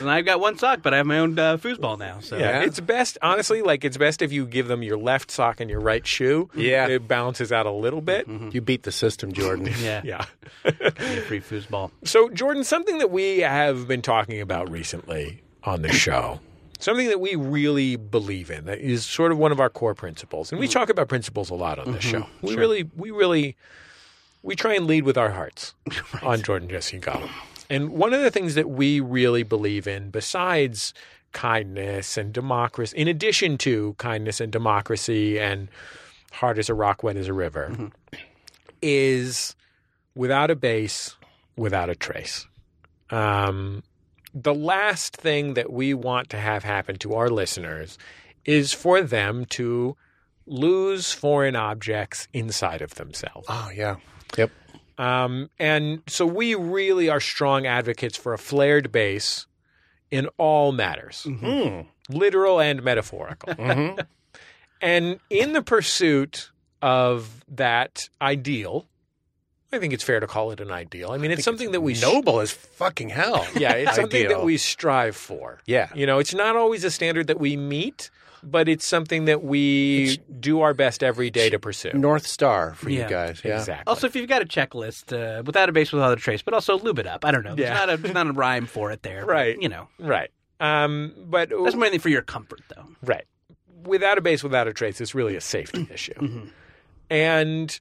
S3: and I've got one sock, but I have my own uh, foosball now. So
S2: Yeah. It's best, honestly, like it's best if you give them your left sock and your right shoe.
S4: Yeah. Mm-hmm.
S2: It balances out a little bit.
S4: you beat the system, Jordan.
S3: yeah,
S2: Yeah.
S3: yeah, free foosball.
S2: So, Jordan, something that we have been talking about recently on the show, something that we really believe in, that is sort of one of our core principles, and we talk about principles a lot on this show. We really, we really, we try and lead with our hearts on Jordan Jesse Gollum. And one of the things that we really believe in, besides kindness and democracy, in addition to kindness and democracy and hard as a rock, wet as a river, is without a base, without a trace. Um, the last thing that we want to have happen to our listeners is for them to lose foreign objects inside of themselves.
S4: Oh yeah. Yep.
S2: Um, and so we really are strong advocates for a flared base in all matters,
S4: Mm. Hmm.
S2: literal and metaphorical.
S4: Mm-hmm.
S2: And in the pursuit of that ideal, I think it's fair to call it an ideal. I mean, it's something that we
S4: Noble as fucking hell.
S2: yeah, it's something that
S4: Ideal.
S2: we strive for.
S4: Yeah.
S2: You know, it's not always a standard that we meet, but it's something that we do our best every day to pursue.
S4: North Star for
S3: Yeah.
S4: you guys. Yeah.
S2: Exactly.
S3: Also, if you've got a checklist uh, without a base, without a trace, but also lube it up. I don't know. There's
S2: Yeah.
S3: not a there's not a rhyme for it there. but,
S2: Right.
S3: You know,
S2: right. Um, but
S3: that's mainly for your comfort, though.
S2: right. Without a base, without a trace, it's really a safety issue.
S3: Mm-hmm.
S2: And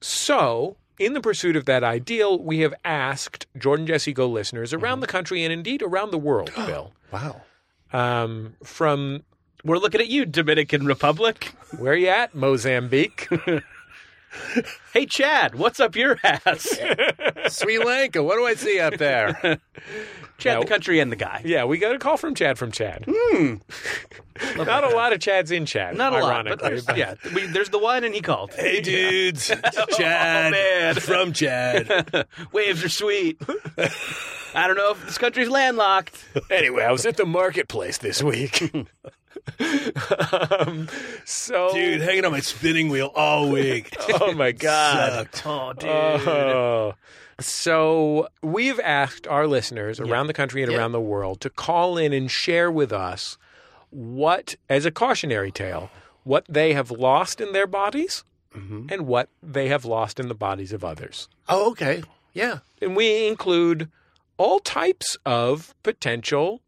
S2: so, in the pursuit of that ideal, we have asked Jordan Jesse Go listeners around
S3: Mm-hmm.
S2: the country and indeed around the world, Bill,
S4: Wow.
S2: um, from
S3: We're looking at you, Dominican Republic.
S2: where you at, Mozambique?
S3: Hey, Chad, what's up your ass?
S4: Sri Lanka. What do I see up there?
S3: Chad,
S2: No.
S3: the country and the guy.
S2: Yeah, we got a call from Chad from Chad.
S3: Hmm.
S2: Not a lot of Chads in Chad,
S3: Not a lot, but
S2: ironically.
S3: there's- yeah, we, there's the one, and he called.
S4: hey dudes, It's
S3: Oh, man.
S4: from Chad.
S3: Waves are sweet. I don't know if this country's landlocked.
S2: Anyway, I was at the marketplace this week. um, so,
S4: hanging on my spinning wheel all week.
S2: oh my god.
S3: Oh, dude.
S2: Oh. So we've asked our listeners around the country and
S3: Yeah.
S2: around the world to call in and share with us what, as a cautionary tale, what they have lost in their bodies
S3: Mm-hmm.
S2: and what they have lost in the bodies of others.
S4: Oh, okay. Yeah.
S2: and we include all types of potential.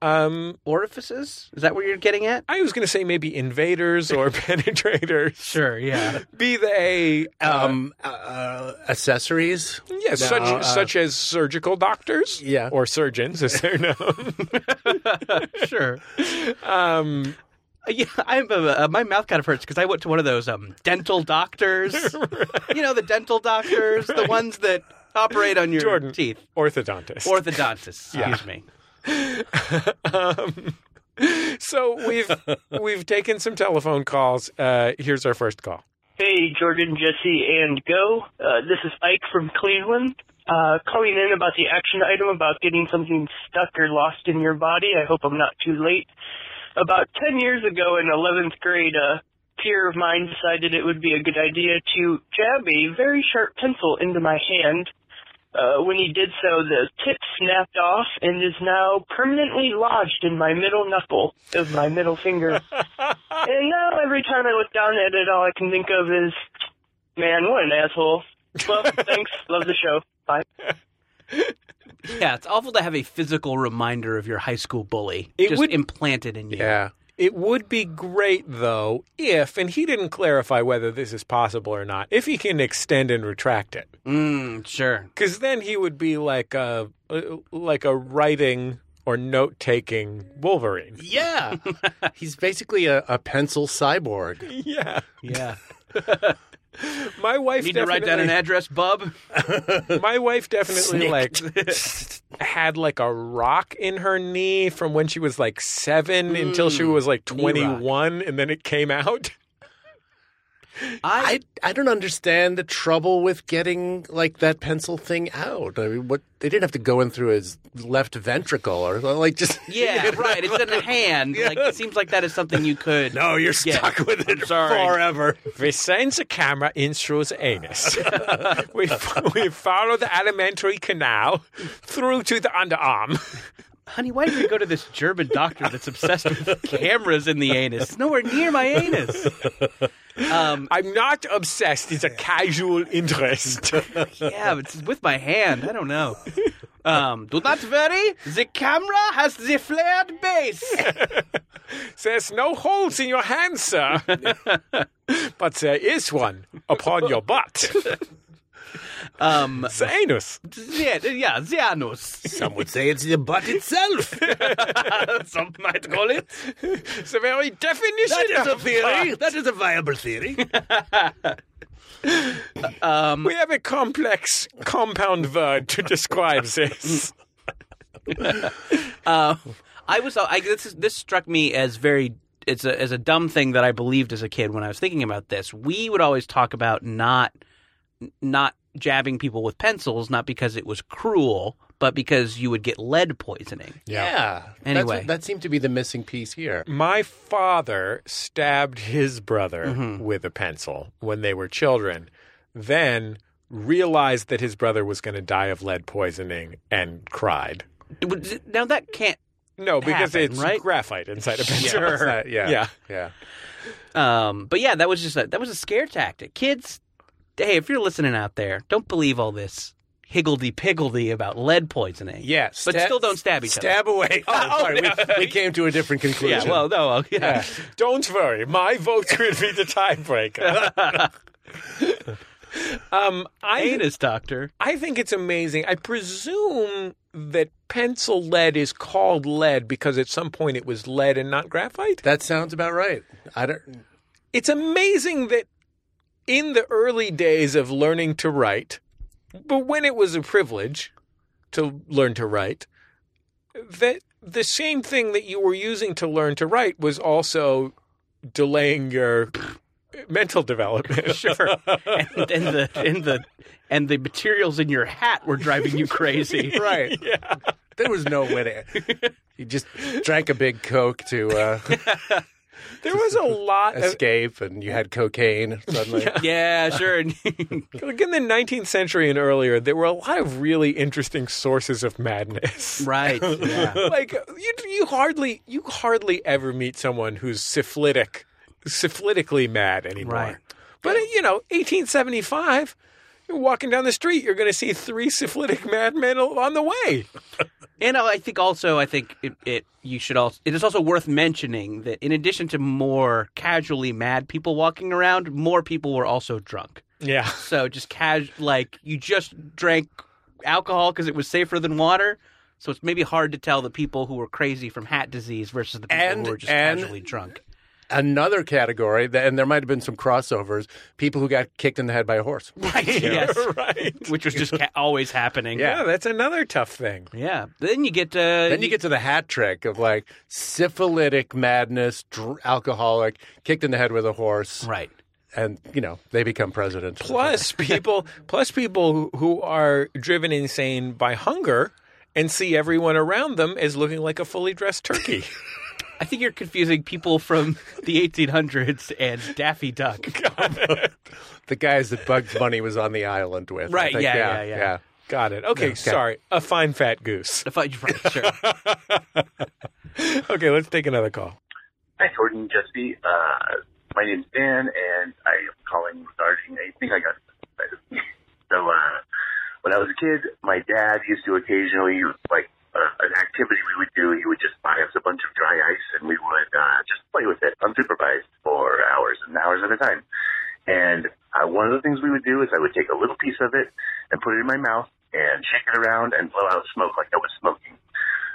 S2: Um,
S3: Orifices? Is that what you're getting at?
S2: I was going to say maybe invaders or penetrators,
S3: Sure, yeah.
S2: be they um,
S4: Um, uh, uh, accessories.
S2: yeah, such
S4: uh,
S2: such as surgical doctors,
S4: Yeah.
S2: or surgeons as they're known.
S3: sure.
S2: um,
S3: Yeah, I'm, uh, uh, my mouth kind of hurts because I went to one of those um, dental doctors. You know, the dental doctors, the ones that operate on your
S2: Jordan.
S3: teeth.
S2: orthodontists.
S3: Orthodontists, excuse me.
S2: um, so we've we've taken some telephone calls. Uh, here's our first call.
S5: Hey, Jordan, Jesse, and Go. Uh, this is Ike from Cleveland. Uh, calling in about the action item about getting something stuck or lost in your body. I hope I'm not too late. About 10 years ago in 11th grade, a peer of mine decided it would be a good idea to jab a very sharp pencil into my hand. Uh, when he did so, the tip snapped off and is now permanently lodged in my middle knuckle of my middle finger. And now every time I look down at it, all I can think of is, man, what an asshole. Well, thanks. Love the show. Bye.
S3: Yeah, it's awful to have a physical reminder of your high school bully
S2: It
S3: just
S2: would-
S3: implanted in you.
S4: Yeah.
S2: It would be great, though, if, and he didn't clarify whether this is possible or not, if he can extend and retract it.
S3: Mm, sure.
S2: Because then he would be like a like a uh, writing or note taking Wolverine.
S4: Yeah. He's basically a, a pencil cyborg.
S2: Yeah.
S3: Yeah.
S2: My wife
S3: Need to
S2: definitely,
S3: write down an address, bub.
S2: My wife definitely like had like a rock in her knee from when she was like 7
S3: Mm.
S2: until she was like
S3: rock.
S2: 21 and then it came out.
S4: I, I don't understand the trouble with getting like that pencil thing out. I mean, what they didn't have to go in through his left ventricle or like just
S3: yeah, right. It's in the hand. Like it seems like that is something you could.
S4: No, you're
S3: Yeah.
S4: stuck with it
S3: sorry.
S4: forever.
S2: We send the camera in through the anus. we, f- we follow the alimentary canal through to the underarm.
S3: honey, why did you go to this German doctor that's obsessed with cameras in the anus? It's nowhere near my anus. Um,
S2: I'm not obsessed. It's a casual interest.
S3: yeah, but it's with my hand. I don't know. Um, do not worry. The camera has the flared base.
S2: There's no holes in your hand, sir. but there is one upon your butt.
S3: Um,
S2: The anus.
S3: the, yeah, the anus.
S4: Some would say it's the butt itself.
S3: Some might call it.
S2: It's the very definition of
S4: That is a viable theory.
S2: We have a complex compound word to describe this.
S3: Um, I was I, this is, this struck me as very it's a as a dumb thing that I believed as a kid when I was thinking about this. We would always talk about not not jabbing people with pencils, not because it was cruel, but because you would get lead poisoning.
S4: Yeah. That's
S3: Anyway.
S4: what- that seemed to be the missing piece here.
S2: My father stabbed his brother
S4: Mm-hmm.
S2: with a pencil when they were children, then realized that his brother was going to die of lead poisoning and cried.
S3: Would- Now that can't.
S2: No, because
S3: Happen,
S2: it's
S3: right?
S2: graphite inside a pencil.
S4: It's not- yeah.
S2: Yeah.
S4: Yeah.
S3: Um, but yeah, that was just a, that was a scare tactic. Kids, hey, if you're listening out there, don't believe all this higgledy piggledy about lead poisoning.
S4: Yeah,
S3: but
S4: sta-
S3: still don't stab each
S4: Stab away. Oh, sorry. We, we came to a different
S3: other.
S4: conclusion.
S3: Yeah, well, no, uh, yeah.
S2: Don't worry, my vote will be the tiebreaker. um, I
S3: Anus doctor.
S2: I think it's amazing. I presume that pencil lead is called lead because at some point it was lead and not graphite.
S4: that sounds about right. I don't.
S2: It's amazing that in the early days of learning to write, but when it was a privilege to learn to write, that the same thing that you were using to learn to write was also delaying your mental development.
S3: sure. And, and the and the and the materials in your hat were driving you crazy.
S4: Right. yeah. There was no way to. You just drank a big Coke to uh,
S2: There was a lot of
S4: escape, and you had cocaine suddenly.
S3: Yeah, sure.
S2: Like in the 19th century and earlier, there were a lot of really interesting sources of madness.
S3: right. Yeah.
S2: like you, you hardly, you hardly ever meet someone who's syphilitic, syphilitically mad anymore.
S3: Right.
S2: But you know, 1875, you're walking down the street, you're going to see three syphilitic madmen on the way.
S3: And I think also I think it, it you should also it is also worth mentioning that in addition to more casually mad people walking around, more people were also drunk.
S2: Yeah.
S3: So just casu like you just drank alcohol because it was safer than water. So it's maybe hard to tell the people who were crazy from hat disease versus the people
S4: And-
S3: who were just
S4: and-
S3: casually drunk.
S4: Another category, that, and there might have been some crossovers. People who got kicked in the head by a horse.
S3: Right. Yes.
S2: right.
S3: which was just ca- always happening.
S2: Yeah, that's another tough thing.
S3: yeah. Then you get uh,
S4: Then you get to the hat trick of like syphilitic madness, dr- alcoholic, kicked in the head with a horse,
S3: right.
S4: and you know they become president.
S2: plus people plus people who- who are driven insane by hunger and see everyone around them as looking like a fully dressed turkey.
S3: I think you're confusing people from the 1800s and Daffy Duck.
S4: the guys that Bugs Bunny was on the island with. I
S3: Right,
S4: think.
S3: yeah, yeah, yeah.
S2: Got it. Okay, sorry. A fine fat goose.
S3: If I, right, sure.
S2: Okay, let's take another call.
S6: Hi, Jordan, Jesse. Uh, my name's Dan, and I am calling regarding I think I got appendicitis. so uh, when I was a kid, my dad used to occasionally like uh, an activity we would do. He would just buy us a bunch of dry ice, and we would uh, just play with it unsupervised for hours and hours at a time. And uh, one of the things we would do is I would take a little piece of it and put it in my mouth and shake it around and blow out smoke like I was smoking.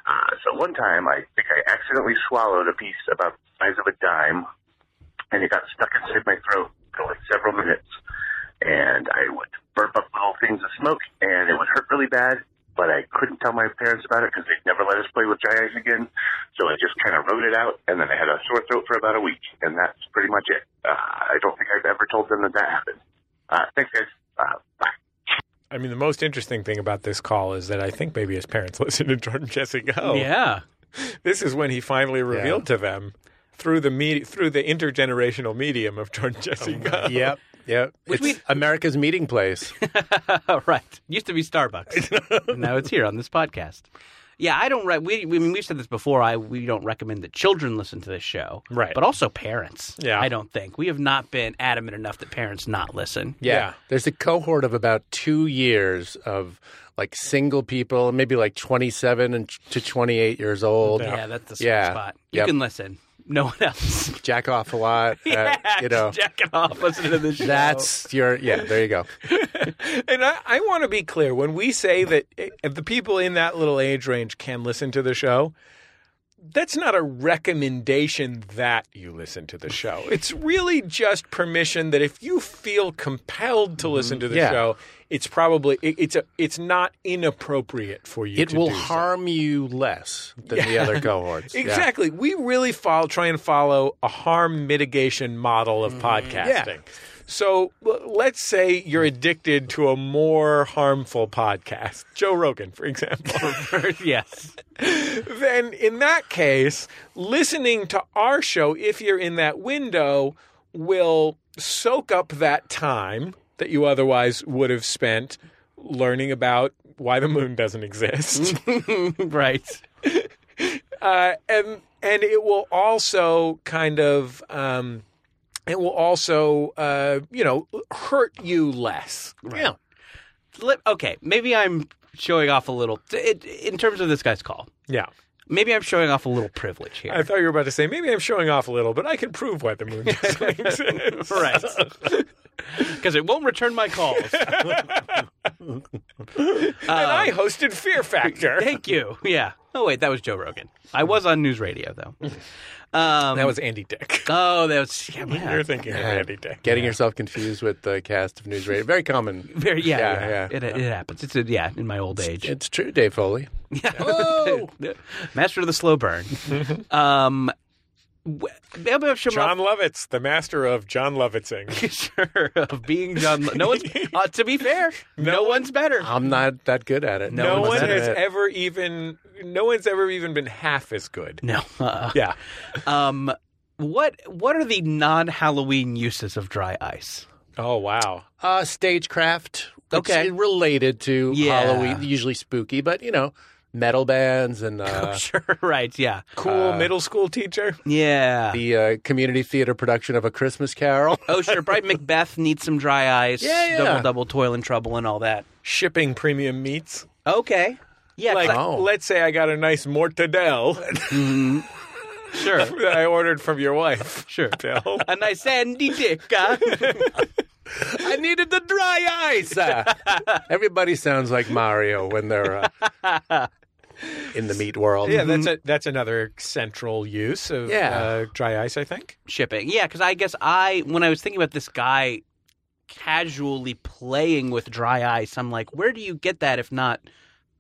S6: Uh, so one time, I think I accidentally swallowed a piece about the size of a dime, and it got stuck inside my throat for like several minutes. And I would burp up little things of smoke, and it would hurt really bad. But I couldn't tell my parents about it because they'd never let us play with dry ice again. So I just kind of wrote it out, and then I had a sore throat for about a week, and that's pretty much it. Uh, I don't think I've ever told them that that happened. Uh, thanks, guys. Uh, bye.
S2: I mean, the most interesting thing about this call is that I think maybe his parents listened to Jordan Jesse Go.
S4: Oh.
S3: Yeah.
S2: This is when he finally revealed to them through the med- through the intergenerational medium of Jordan Jesse Go.
S4: Yep. Yep.
S3: Which
S4: it's
S3: we-
S4: America's meeting place.
S3: right. Used to be Starbucks. now it's here on this podcast. Yeah, I don't. Re- we, we I mean, we've said this before. I we don't recommend that children listen to this show.
S2: Right.
S3: But also parents.
S2: Yeah.
S3: I don't think we have not been adamant enough that parents not listen.
S4: Yeah.
S2: Yeah.
S4: There's a cohort of about two years of like single people, maybe like 27 and to 28 years old.
S3: Yeah, that's the sweet
S4: Yeah.
S3: spot. You
S4: Yep.
S3: can listen. No one else.
S4: Jack off a lot. uh,
S3: yeah,
S4: you know,
S3: jack it off. Listen to this show.
S4: that's your, yeah, there you go.
S2: And I, I want to be clear when we say that if the people in that little age range can listen to the show, that's not a recommendation that you listen to the show. It's really just permission that if you feel compelled to listen to the
S4: Mm-hmm. Yeah.
S2: show, it's probably it, it's a it's not inappropriate for you.
S4: It
S2: to
S4: will
S2: do so.
S4: harm you less than the other cohorts. Yeah.
S2: Exactly. We really follow, try and follow a harm mitigation model of podcasting. So l- let's say you're addicted to a more harmful podcast, Joe Rogan, for example.
S3: yes.
S2: then in that case, listening to our show, if you're in that window, will soak up that time that you otherwise would have spent learning about why the moon doesn't exist.
S3: right.
S2: uh, and and it will also kind of um, it will also uh, you know hurt you less.
S4: Yeah.
S3: Let- okay. Maybe I'm showing off a little. It, in terms of this guy's call,
S2: Yeah,
S3: maybe I'm showing off a little privilege here.
S2: I thought you were about to say maybe I'm showing off a little, but I can prove why the moon doesn't exist.
S3: Right. Because it won't return my calls.
S2: and I hosted Fear Factor.
S3: Thank you. Yeah. Oh wait, that was Joe Rogan. I was on news radio though. Um,
S2: that was Andy Dick.
S3: oh, that was yeah, yeah.
S2: You're thinking of Andy Dick.
S4: Getting yourself confused with the cast of News Radio. Very common.
S3: Very, yeah,
S4: Yeah,
S3: yeah,
S4: yeah.
S3: It, it happens. It's a, yeah, in my old age.
S4: It's true, Dave Foley.
S3: Oh, master of the slow burn. um, w- maybe I've shown
S2: John Lovitz, the master of John Lovitzing.
S3: off- sure of being John. Lo- No one's. Uh, to be fair, no, Uh, one's better.
S4: I'm not that good at it.
S2: No
S3: No
S2: one
S3: one's
S4: better
S2: has
S4: at it.
S2: ever even no one's ever even been half as good.
S3: no. Uh,
S2: Yeah.
S3: um, what what are the non Halloween uses of dry ice?
S2: Oh wow.
S4: Uh, stagecraft. which
S3: Okay.
S4: is related to
S3: Yeah.
S4: Halloween, usually spooky, but you know, metal bands and uh,
S3: sure. Right. Yeah.
S2: Cool middle school teacher.
S3: Yeah.
S4: the uh, community theater production of A Christmas Carol.
S3: oh, sure. Bright Macbeth needs some dry ice.
S4: Yeah, yeah.
S3: Double double toil and trouble and all that.
S2: Shipping premium meats.
S3: Okay. Yeah.
S2: like
S4: Oh.
S2: let's say I got a nice mortadelle
S3: sure.
S2: that I ordered from your wife.
S3: Sure.
S2: Bill.
S3: A nice sandy dick. huh?
S4: I needed the dry ice. Uh, Everybody sounds like Mario when they're uh, in the meat world.
S2: Yeah, that's a that's another central use of
S4: Mm-hmm. Yeah.
S2: uh, dry ice, I think.
S3: shipping. Yeah, because I guess I when I was thinking about this guy casually playing with dry ice, I'm like, where do you get that if not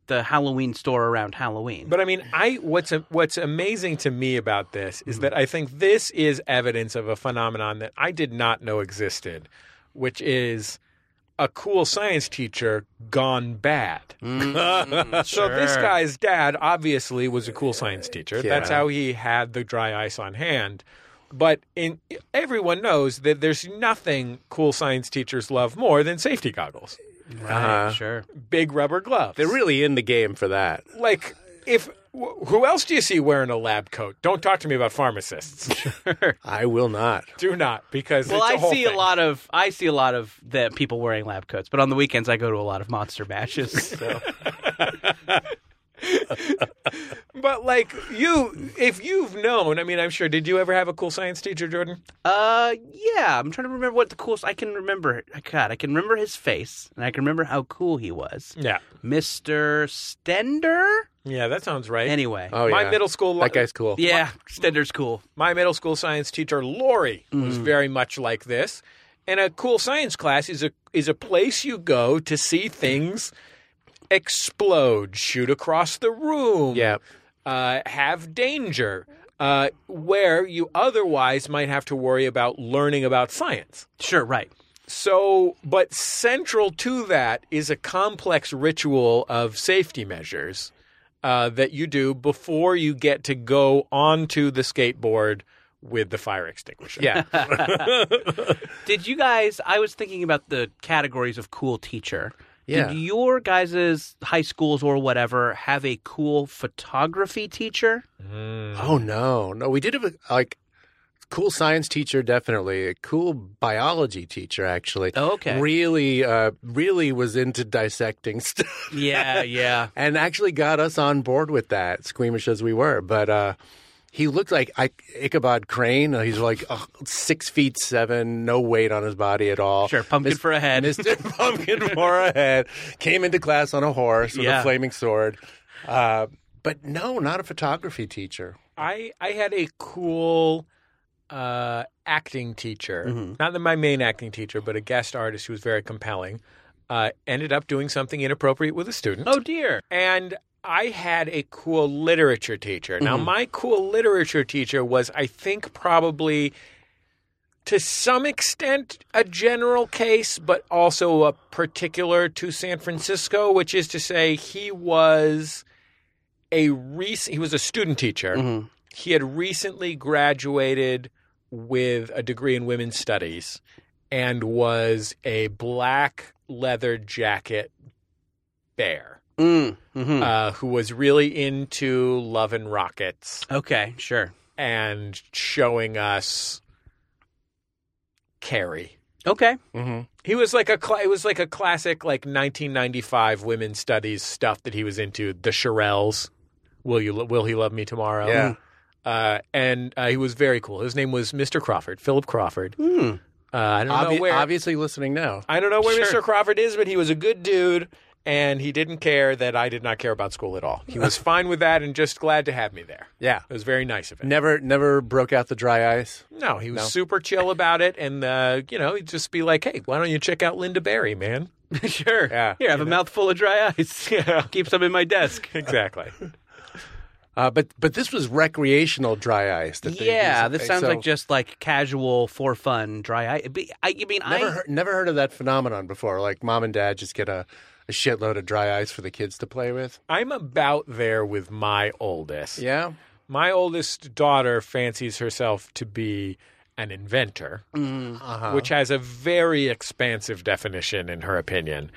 S3: the Halloween store around Halloween?
S2: But I mean, I what's what's amazing to me about this is that I think this is evidence of a phenomenon that I did not know existed, which is a cool science teacher gone bad. so this guy's dad obviously was a cool science teacher. That's
S4: Yeah.
S2: how he had the dry ice on hand. But in, everyone knows that there's nothing cool science teachers love more than safety goggles,
S3: Right, sure.
S2: big rubber gloves
S4: They're really in the game for that.
S2: like if wh- who else do you see wearing a lab coat? Don't talk to me about pharmacists.
S4: I will not.
S2: do not because
S3: Well,
S2: it's a
S3: I
S2: whole
S3: see
S2: thing.
S3: a lot of I see a lot of the people wearing lab coats, but on the weekends I go to a lot of monster matches. So.
S2: But like you, if you've known, I mean, I'm sure. Did you ever have a cool science teacher, Jordan?
S3: uh, yeah, I'm trying to remember what the coolest I can remember. God, I can remember his face, and I can remember how cool he was.
S2: Yeah.
S3: Mr. Stender?
S2: Yeah, that sounds right.
S3: Anyway,
S4: Oh
S2: My
S4: yeah.
S2: middle school-
S4: That guy's cool.
S3: yeah, Stender's cool.
S2: My middle school science teacher Lori was very much like this. And a cool science class is a is a place you go to see things explode, shoot across the room,
S4: Yeah.
S2: uh, have danger, uh, where you otherwise might have to worry about learning about science.
S3: Sure, right.
S2: So, but central to that is a complex ritual of safety measures uh, that you do before you get to go onto the skateboard with the fire extinguisher.
S4: Yeah.
S3: Did you guys? I was thinking about the categories of cool teacher.
S4: Yeah.
S3: Did your guys' high schools or whatever have a cool photography teacher?
S4: Oh no, no, we did have a like cool science teacher, definitely a cool biology teacher, actually.
S3: Oh, okay.
S4: really, uh, really was into dissecting stuff,
S3: Yeah, yeah.
S4: and actually got us on board with that, squeamish as we were. But uh, he looked like I, Ichabod Crane. He's like ugh, six feet seven, no weight on his body at all.
S3: Sure, pumpkin
S4: Mis-
S3: for a head.
S4: Mr. Pumpkin for a head came into class on a horse with
S3: Yeah.
S4: a flaming sword. Uh, but no, not a photography teacher.
S2: I I had a cool uh, acting teacher,
S3: Mm-hmm.
S2: not my main acting teacher, but a guest artist who was very compelling. Uh, ended up doing something inappropriate with a student.
S3: Oh dear.
S2: and I had a cool literature teacher. Now,
S3: Mm-hmm.
S2: my cool literature teacher was, I think, probably to some extent a general case, but also a particular to San Francisco, which is to say, he was a rec- he was a student teacher. He had recently graduated with a degree in women's studies and was a black leather jacket bear
S3: Mm, hmm
S2: uh, who was really into Love and Rockets
S3: okay, sure.
S2: and showing us Carrie.
S3: Okay.
S4: Mm-hmm.
S2: He was like a cla it was like a classic like 1995 women's studies stuff that he was into. The Shirelles, will you lo- will he love me tomorrow?
S4: Yeah.
S2: Uh, and uh, he was very cool. His name was Mr. Crawford, Philip Crawford.
S3: Mm.
S2: Uh, I don't
S4: Obvi-
S2: know where
S4: Obviously, listening now.
S2: I don't know where
S3: Sure.
S2: Mr. Crawford is, but he was a good dude, and he didn't care that I did not care about school at all. He was fine with that and just glad to have me there.
S4: Yeah,
S2: It was very nice of him.
S4: never never broke out the dry ice.
S2: No, he was
S4: No.
S2: super chill about it, and uh, you know, he'd just be like, "Hey, why don't you check out Linda Barry, man?"
S3: sure.
S4: Yeah.
S3: Here, have a mouthful of dry ice. Keep some in my desk.
S2: Exactly.
S4: Uh, but but this was recreational dry ice. That they
S3: Yeah,
S4: used.
S3: this sounds
S4: So,
S3: like just like casual for fun dry ice. But I, I mean,
S4: never
S3: I
S4: heard, never heard of that phenomenon before. Like mom and dad just get a, a shitload of dry ice for the kids to play with.
S2: I'm about there with my oldest.
S4: Yeah,
S2: My oldest daughter fancies herself to be an inventor,
S3: Mm-hmm. Uh-huh.
S2: which has a very expansive definition in her opinion.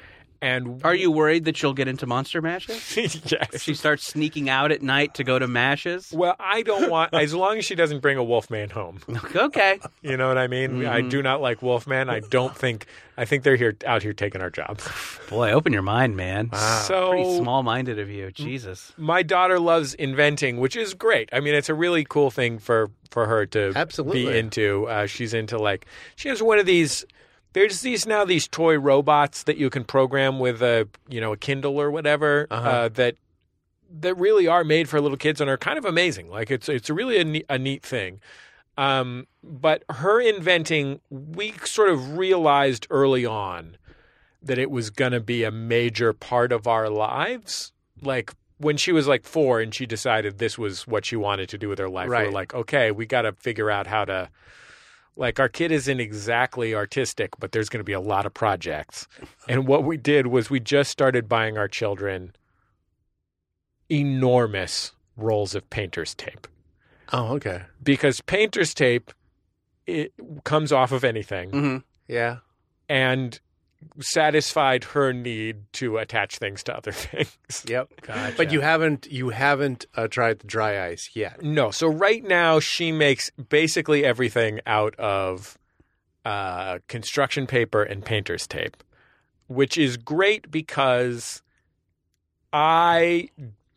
S2: And
S3: are you worried that she'll get into monster mashes?
S2: yes.
S3: She starts sneaking out at night to go to mashes.
S2: Well, I don't want as long as she doesn't bring a wolfman home.
S3: Okay.
S2: You know what I mean? I
S3: Mm-hmm.
S2: do not like wolfman. I don't think I think they're here out here taking our jobs.
S3: Boy, open your mind, man.
S2: So
S3: Ah, Pretty small minded of you. Jesus.
S2: my daughter loves inventing, which is great. I mean, it's a really cool thing for for her to be
S4: Absolutely.
S2: into. Uh, she's into like she has one of these. There's these now these toy robots that you can program with a you know a Kindle or whatever uh, that that really are made for little kids and are kind of amazing. Like it's it's really a neat, a neat thing. Um, but her inventing, we sort of realized early on that it was going to be a major part of our lives. Like when she was like four and she decided this was what she wanted to do with her life, we
S4: Right.
S2: were like, okay, we got to figure out how to. Like our kid isn't exactly artistic, but there's going to be a lot of projects. And what we did was we just started buying our children enormous rolls of painter's tape
S4: Oh, okay.
S2: because painter's tape it comes off of anything
S4: Mm. Yeah.
S2: and satisfied her need to attach things to other things.
S4: Yep. But you haven't you haven't uh, tried the dry ice yet.
S2: No, so right now she makes basically everything out of uh, construction paper and painter's tape, which is great because I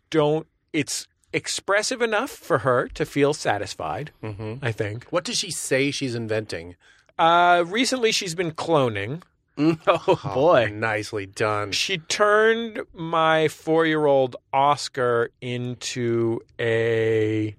S2: don't. It's expressive enough for her to feel satisfied.
S4: Mm-hmm.
S2: I think.
S4: What does she say she's inventing?
S2: Uh, recently, she's been cloning.
S3: Oh, boy.
S4: Nicely done.
S2: She turned my four year old Oscar into a,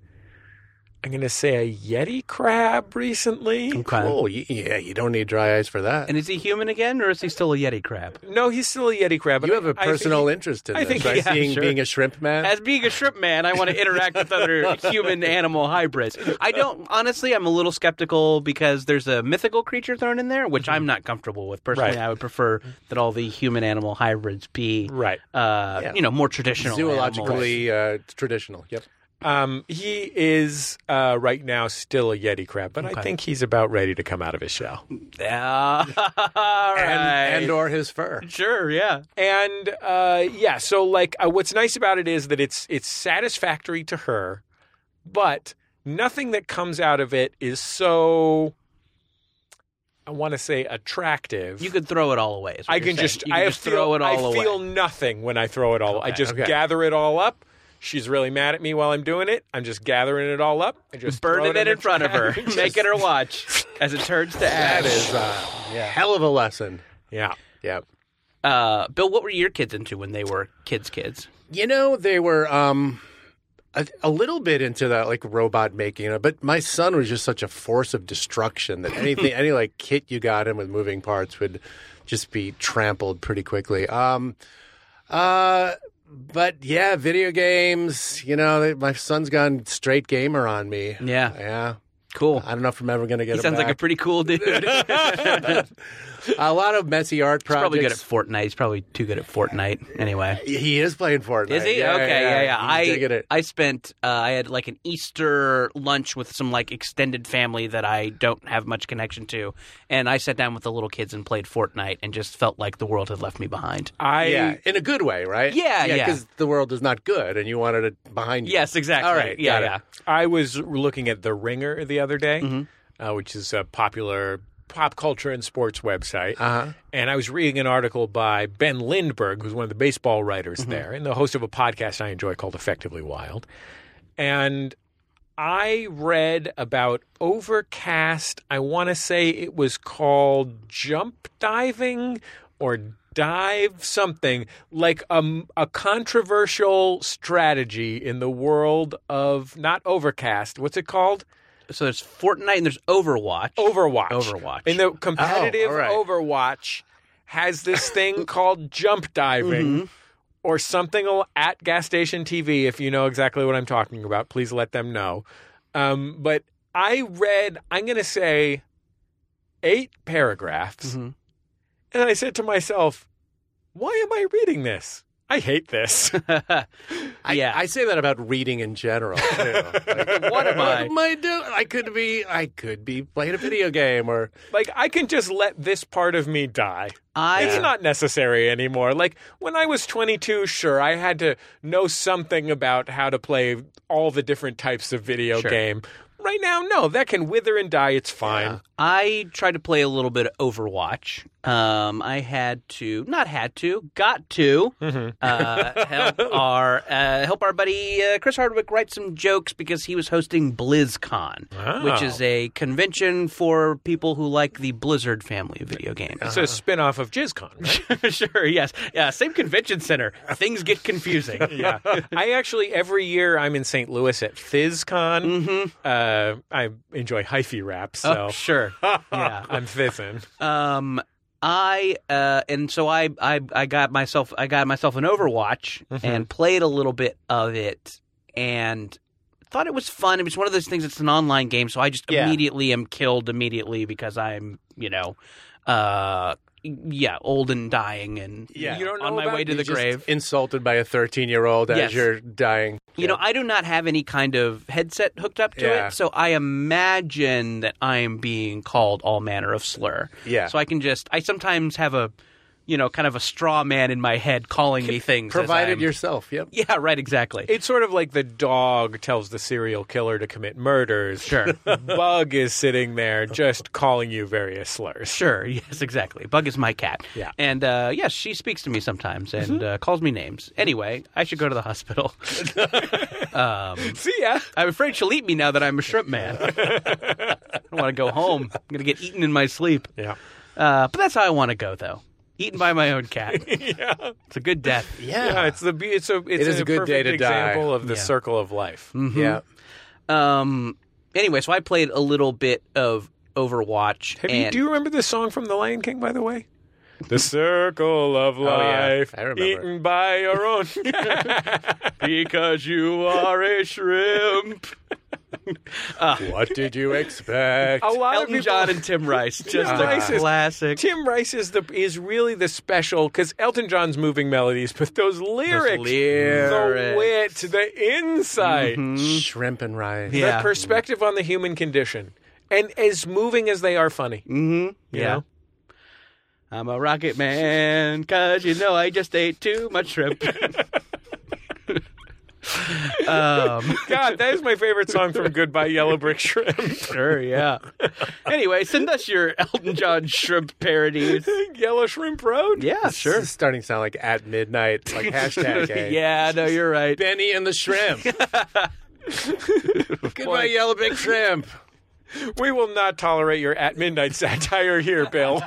S2: I'm going to say a Yeti crab recently.
S3: Okay.
S4: Oh, y- yeah, you don't need dry eyes for that.
S3: And is he human again, or is he still a Yeti crab?
S2: No, he's still a Yeti crab. but
S4: you have
S2: I-
S4: a
S2: I think
S4: personal
S2: he-
S4: interest in
S2: I
S4: this,
S2: think-
S4: right?
S2: yeah,
S4: Being,
S2: sure.
S4: being a shrimp man?
S3: As being a shrimp man, I want to interact with other human animal hybrids. I don't honestly. I'm a little skeptical because there's a mythical creature thrown in there, which I'm not comfortable with personally.
S2: Right.
S3: I would prefer that all the human animal hybrids be
S2: Right.
S3: Uh,
S4: Yeah.
S3: You know, more traditional, animals.
S4: Zoologically uh, traditional. Yep.
S2: Um, he is uh, right now still a Yeti crab, but I
S3: Okay.
S2: think he's about ready to come out of his shell.
S3: Yeah. all right.
S4: And, and or his fur.
S3: sure, yeah.
S2: And uh, yeah, so like, uh, what's nice about it is that it's it's satisfactory to her, but nothing that comes out of it is so. I want to say attractive.
S3: You could throw it all away. is what
S2: I
S3: you're
S2: can
S3: saying.
S2: just.
S3: You
S2: I
S3: could just
S2: feel,
S3: throw it all
S2: I
S3: away.
S2: feel nothing when I throw it all. I
S3: Okay,
S2: just
S4: okay.
S2: gather it all up. She's really mad at me while I'm doing it. I'm just gathering it all up. I just throw
S3: burning it in
S2: the
S3: front of her,
S2: trash. Just-
S3: making her watch as it turns to ash.
S4: That is uh, hell of a lesson.
S2: Yeah.
S4: Yep.
S3: Uh, Bill, what were your kids into when they were kids? Kids?
S4: You know, they were um, a, a little bit into that, like robot making. you know, But my son was just such a force of destruction that anything, any like kit you got him with moving parts would just be trampled pretty quickly. Um, uh, but yeah, video games. You know, they- my son's gone straight gamer on me.
S3: Yeah.
S4: yeah.
S3: Cool.
S4: I don't know if I'm ever going to get.
S3: He
S4: him
S3: sounds like a
S4: back.
S3: pretty cool dude. He's
S4: a lot of messy art projects.
S3: probably good at Fortnite. He's probably too good at Fortnite. Anyway.
S4: He is playing Fortnite.
S3: Is he? okay, yeah, yeah. I
S4: He's digging it.
S3: I spent uh, I had like an Easter lunch with some like extended family that I don't have much connection to, and I sat down with the little kids and played Fortnite and just felt like the world had left me behind.
S2: I
S4: yeah, in a good way, right?
S3: Yeah, yeah.
S4: Because the world is not good, and you wanted it behind you.
S3: Yes, exactly.
S4: All right,
S3: Yeah,
S4: got
S3: yeah.
S4: it.
S2: I was looking at The Ringer the other day, uh, which is a popular pop culture and sports website.
S4: Uh-huh.
S2: And I was reading an article by Ben Lindbergh, who's one of the baseball writers there and the host of a podcast I enjoy called Effectively Wild. And I read about Overcast. I want to say it was called jump diving or dive something like um, a controversial strategy in the world of not Overcast. What's it called?
S3: So there's Fortnite and there's Overwatch.
S2: Overwatch.
S3: Overwatch.
S2: And the competitive
S4: Oh, all right.
S2: Overwatch has this thing called jump diving.
S4: Mm-hmm.
S2: Or something al- at gas station TV. If you know exactly what I'm talking about, please let them know. Um, but I read, I'm going to say, eight paragraphs,
S4: Mm-hmm.
S3: Mhm.
S2: and I said to myself, "Why am I reading this? I hate this."
S4: I,
S3: Yeah.
S4: I say that about reading in general. Too. Like,
S3: what am
S4: What
S3: I?
S4: am I doing? I could be, I could be playing a video game, or
S2: like I can just let this part of me die.
S3: I
S2: It's not necessary anymore. Like when I was 22, sure, I had to know something about how to play all the different types of video
S3: Sure.
S2: game. Right now, no, that can wither and die. It's fine.
S3: I tried to play a little bit of Overwatch. Um, I had to, not had to, got to uh, help our uh, help our buddy uh, Chris Hardwick write some jokes because he was hosting BlizzCon, which is a convention for people who like the Blizzard family of video games.
S2: It's a spin off of JizzCon. Right?
S3: sure, yes, yeah, same convention center. Things get confusing.
S2: yeah. I actually every year I'm in St. Louis at
S3: Mm.
S2: FizzCon. Mm-hmm. Uh, I enjoy hyphy rap, so
S3: Oh, sure. Yeah.
S2: I'm fizzing.
S3: Um, I uh, and so I, I I got myself I got myself an Overwatch
S4: Mm-hmm.
S3: and played a little bit of it and thought it was fun. It was one of those things. It's an online game, so I just
S4: Yeah.
S3: immediately am killed immediately because I'm you know, uh, yeah, old and dying and
S4: Yeah.
S3: you
S4: You
S3: know,
S4: don't
S2: know
S3: on my
S2: about-
S3: way to
S2: you
S3: the
S4: just
S3: grave.
S4: insulted by a 13 year old
S3: Yes.
S4: as you're dying.
S3: You know, I do not have any kind of headset hooked up to
S4: Yeah.
S3: it, so I imagine that I am being called all manner of slur.
S4: Yeah.
S3: So I can just I sometimes have a you know, kind of a straw man in my head calling me things. as
S4: provided
S3: I'm-
S4: yourself. Yep.
S3: Yeah, right, exactly.
S2: It's sort of like the dog tells the serial killer to commit murders.
S3: Sure.
S2: Bug is sitting there just calling you various slurs.
S3: Sure. Yes, exactly. Bug is my cat.
S2: Yeah.
S3: And uh, yes, she speaks to me sometimes and
S4: Mm-hmm.
S3: uh, calls me names. Anyway, I should go to the hospital.
S2: See ya.
S3: I'm afraid she'll eat me now that I'm a shrimp man. I don't want to go home. I'm going to get eaten in my sleep.
S2: Yeah.
S3: Uh, but that's how I want to go, though. Eaten by my own cat.
S2: yeah.
S3: It's a good death.
S2: Yeah, it's the be- it's a it's
S4: It is
S2: a
S4: a good day
S2: perfect
S4: to die. Mm-hmm.
S2: example of the
S3: Yeah.
S2: circle of life.
S4: Yeah.
S3: Um. Anyway, so I played a little bit of Overwatch.
S2: Have you,
S3: and
S2: do you remember this song from The Lion King, by the way? The circle of
S4: Oh, yeah.
S2: life,
S4: I remember.
S2: eaten by your own.
S3: because you are a shrimp. Mm-hmm.
S4: What did you expect?
S2: a lot
S3: Elton
S2: of people,
S3: John and Tim Rice, just
S2: Tim
S3: a
S2: Rice is-
S3: classic.
S2: Tim Rice is the is really the special because Elton John's moving melodies, but those lyrics, the wit,
S3: lyrics.
S2: the insight,
S4: Mm-hmm. Shrimp and rice.
S2: the
S3: mm. yeah.
S2: perspective on the human condition, and as moving as they are funny.
S4: Mm-hmm.
S3: yeah. I'm a rocket man, cause you know I just ate too much shrimp. um,
S2: God, that is my favorite song from Goodbye Yellow Brick Shrimp.
S3: sure, yeah. Anyway, send us your Elton John shrimp parodies.
S2: Yellow Shrimp Road.
S3: Yeah,
S4: This is starting to sound like at midnight, like hashtag. eh?
S3: yeah, no, you're right.
S4: Benny and the shrimp. Goodbye, yellow big shrimp.
S2: We will not tolerate your at midnight satire here, Bill.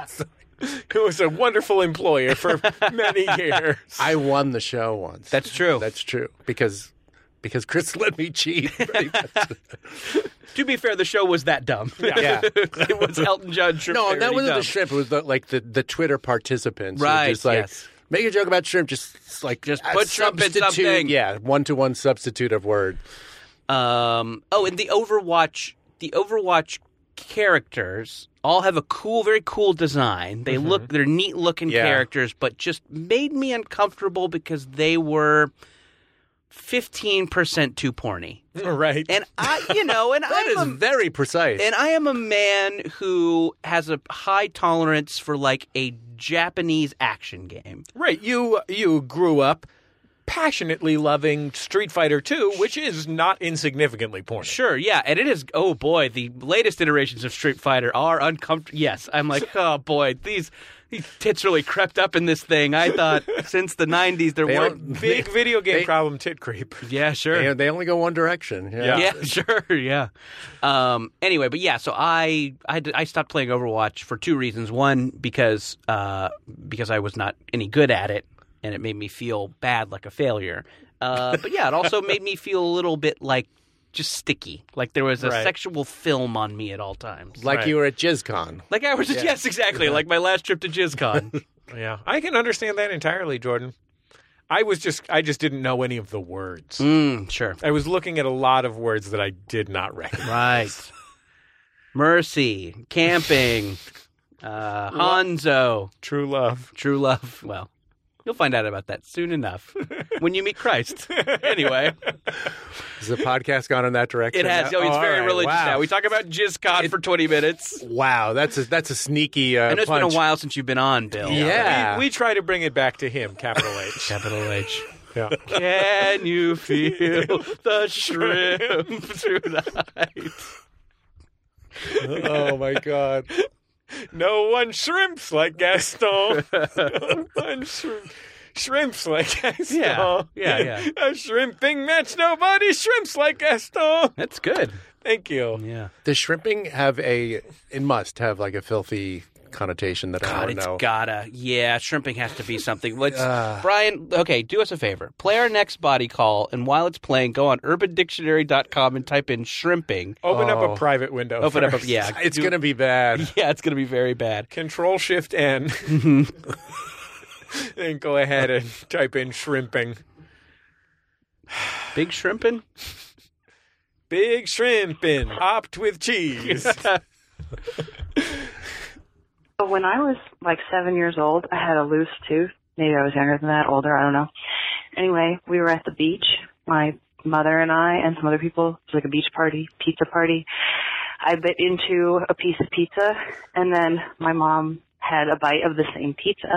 S2: Who was a wonderful employer for many years.
S4: I won the show once.
S3: That's true.
S4: That's true because because Chris let me cheat. pretty much.
S3: to be fair, the show was that dumb.
S4: Yeah.
S3: it was Elton John shrimp.
S4: No, that
S3: parody
S4: wasn't
S3: dumb.
S4: the shrimp. It was the, like the, the Twitter participants. who
S3: Right,
S4: Just like,
S3: yes.
S4: Make a joke about shrimp. Just like
S3: Just
S4: uh,
S3: put shrimp in
S4: substitute,
S3: something.
S4: Yeah, one to one substitute of word.
S3: Um, oh, and the Overwatch, the Overwatch characters all have a cool, very cool design. They look, they're neat looking
S4: Mm-hmm. Yeah.
S3: characters, but just made me uncomfortable because they were fifteen percent too porny.
S2: right.
S3: And I, you know, and
S4: That is
S3: I'm a,
S4: very precise.
S3: and I am a man who has a high tolerance for like a Japanese action game.
S2: Right. You you grew up passionately loving Street Fighter II, which is not insignificantly porn.
S3: Sure, yeah, and it is. Oh boy, the latest iterations of Street Fighter are uncomfortable. Yes, I'm like, oh boy, these these tits really crept up in this thing. I thought since the '90s there
S4: They
S3: weren't.
S2: Big video game
S4: They-
S2: problem, tit creep.
S3: Yeah, sure.
S4: They, they only go one direction.
S2: Yeah.
S3: yeah, sure, yeah. Um, anyway, but yeah, so I, I d- I stopped playing Overwatch for two reasons. One, because uh, because I was not any good at it, and it made me feel bad, like a failure. Uh, but yeah, it also made me feel a little bit like just sticky, like there was a
S2: Right.
S3: sexual film on me at all times.
S4: Like
S2: Right.
S4: you were at JizCon.
S3: Like I was just, yes, exactly. Like my last trip to JizzCon.
S2: Yeah. I can understand that entirely, Jordan. I was just I just didn't know any of the words.
S3: mm, sure.
S2: I was looking at a lot of words that I did not recognize.
S3: Right. Mercy, camping, uh, Hanzo,
S2: True love.
S3: true love. Well, you'll find out about that soon enough when you meet Christ. Anyway,
S4: Has the podcast gone in that direction?
S3: it has. Oh, it's
S4: All
S3: very
S4: right.
S3: religious
S4: wow.
S3: now. We talk about JizzCon for twenty minutes.
S4: Wow, that's a that's a sneaky. Uh,
S3: I know it's
S4: punch.
S3: been a while since you've been on, Bill.
S4: Yeah.
S2: We, we try to bring it back to him, capital H.
S3: Capital H.
S2: yeah.
S3: Can you feel the shrimp tonight?
S4: oh my god.
S2: No one shrimps like Gaston. no one shrimp. Shrimps like Gaston.
S3: Yeah, yeah, yeah.
S2: A shrimp thing match nobody. Shrimps like Gaston.
S3: That's good.
S2: Thank you.
S3: Yeah.
S4: Does shrimping have a? It must have like a filthy connotation that I
S3: God,
S4: don't
S3: it's
S4: know.
S3: gotta. Yeah, shrimping has to be something. Let's, Brian. Okay, do us a favor. Play our next body call, and while it's playing, go on UrbanDictionary.com and type in shrimping.
S2: Open up a
S4: Oh.
S2: private window.
S3: Open up
S2: first.
S3: a yeah.
S4: it's
S3: do-
S4: gonna be bad.
S3: yeah, it's gonna be very bad.
S2: Control Shift N.
S3: Mm-hmm.
S2: Then go ahead and type in shrimping.
S3: Big shrimping.
S2: Big shrimping, hopped with cheese.
S7: But when I was like seven years old, I had a loose tooth. Maybe I was younger than that, older, I don't know. Anyway, we were at the beach, my mother and I and some other people. It was like a beach party, pizza party. I bit into a piece of pizza and then my mom had a bite of the same pizza.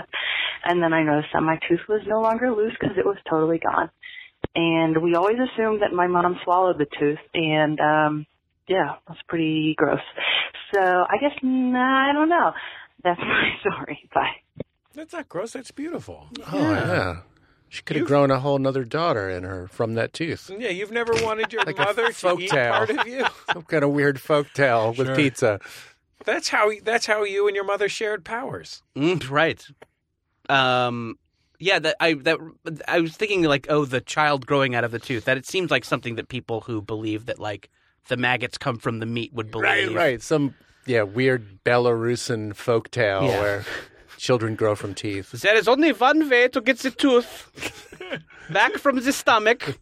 S7: And then I noticed that my tooth was no longer loose because it was totally gone. And we always assumed that my mom swallowed the tooth and, um, yeah, that's pretty gross. So I guess, nah, I don't know. That's my story. Bye.
S2: That's not gross. That's beautiful.
S4: Oh yeah. She could have grown a whole nother daughter in her from that tooth.
S2: Yeah, you've never wanted your
S4: Like a
S2: mother to eat
S4: folktale.
S2: part of you.
S4: Some kind of weird folk tale with pizza.
S2: That's how that's how you and your mother shared powers.
S3: Mm, right. Um, yeah, that I that I was thinking like, oh, the child growing out of the tooth. That it seems like something that people who believe that like the maggots come from the meat would believe.
S4: Right, right. Some yeah weird Belarusian folktale
S3: Yeah.
S4: where children grow from teeth.
S3: There is only one way to get the tooth back from the stomach.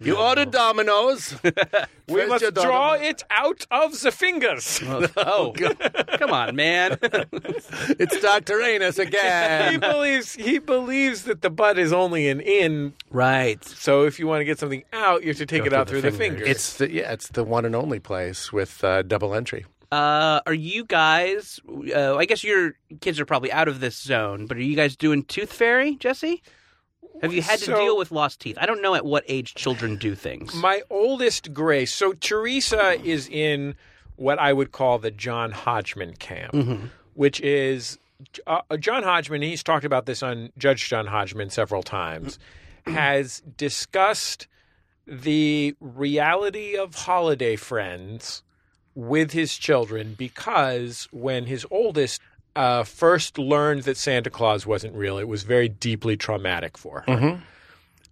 S4: You ordered Dominoes.
S2: We must draw it out of the fingers.
S3: Oh, come on, man.
S4: It's Doctor Anus
S2: he
S4: again.
S2: believes he believes that the butt is only an in.
S3: right.
S2: So if you want to get something out, you have to take it out through the fingers.
S4: it's the yeah, it's the one and only place with uh, double entry.
S3: Uh, are you guys? Uh, I guess your kids are probably out of this zone, but are you guys doing Tooth Fairy, Jesse? Have you had to
S2: So-
S3: deal with lost teeth? I don't know at what age children do things.
S2: My oldest Grace. So Teresa is in what I would call the John Hodgman camp, which is uh, John Hodgman. He's talked about this on Judge John Hodgman several times. has discussed the reality of holiday friends with his children because when his oldest uh, first learned that Santa Claus wasn't real, it was very deeply traumatic for her.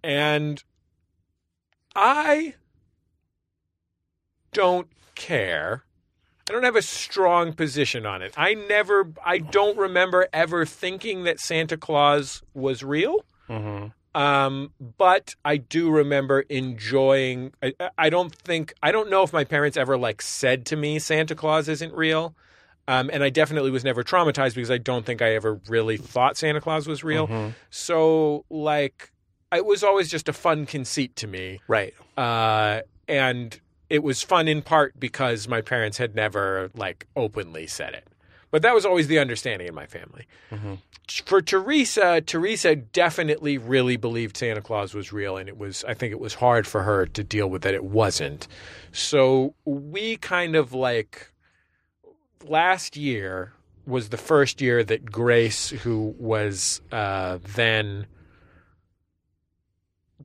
S2: And I don't care. I don't have a strong position on it. I never, I don't remember ever thinking that Santa Claus was real. Um, but I do remember enjoying. I, I don't think I don't know if my parents ever like said to me Santa Claus isn't real, um, and I definitely was never traumatized because I don't think I ever really thought Santa Claus was
S4: Mm-hmm.
S2: real. So like, it was always just a fun conceit to me,
S4: Right.
S2: uh, and it was fun in part because my parents had never like openly said it. But that was always the understanding in my family. For Teresa, Teresa definitely really believed Santa Claus was real, and it was. I think it was hard for her to deal with that it wasn't. So we kind of like last year was the first year that Grace, who was uh, then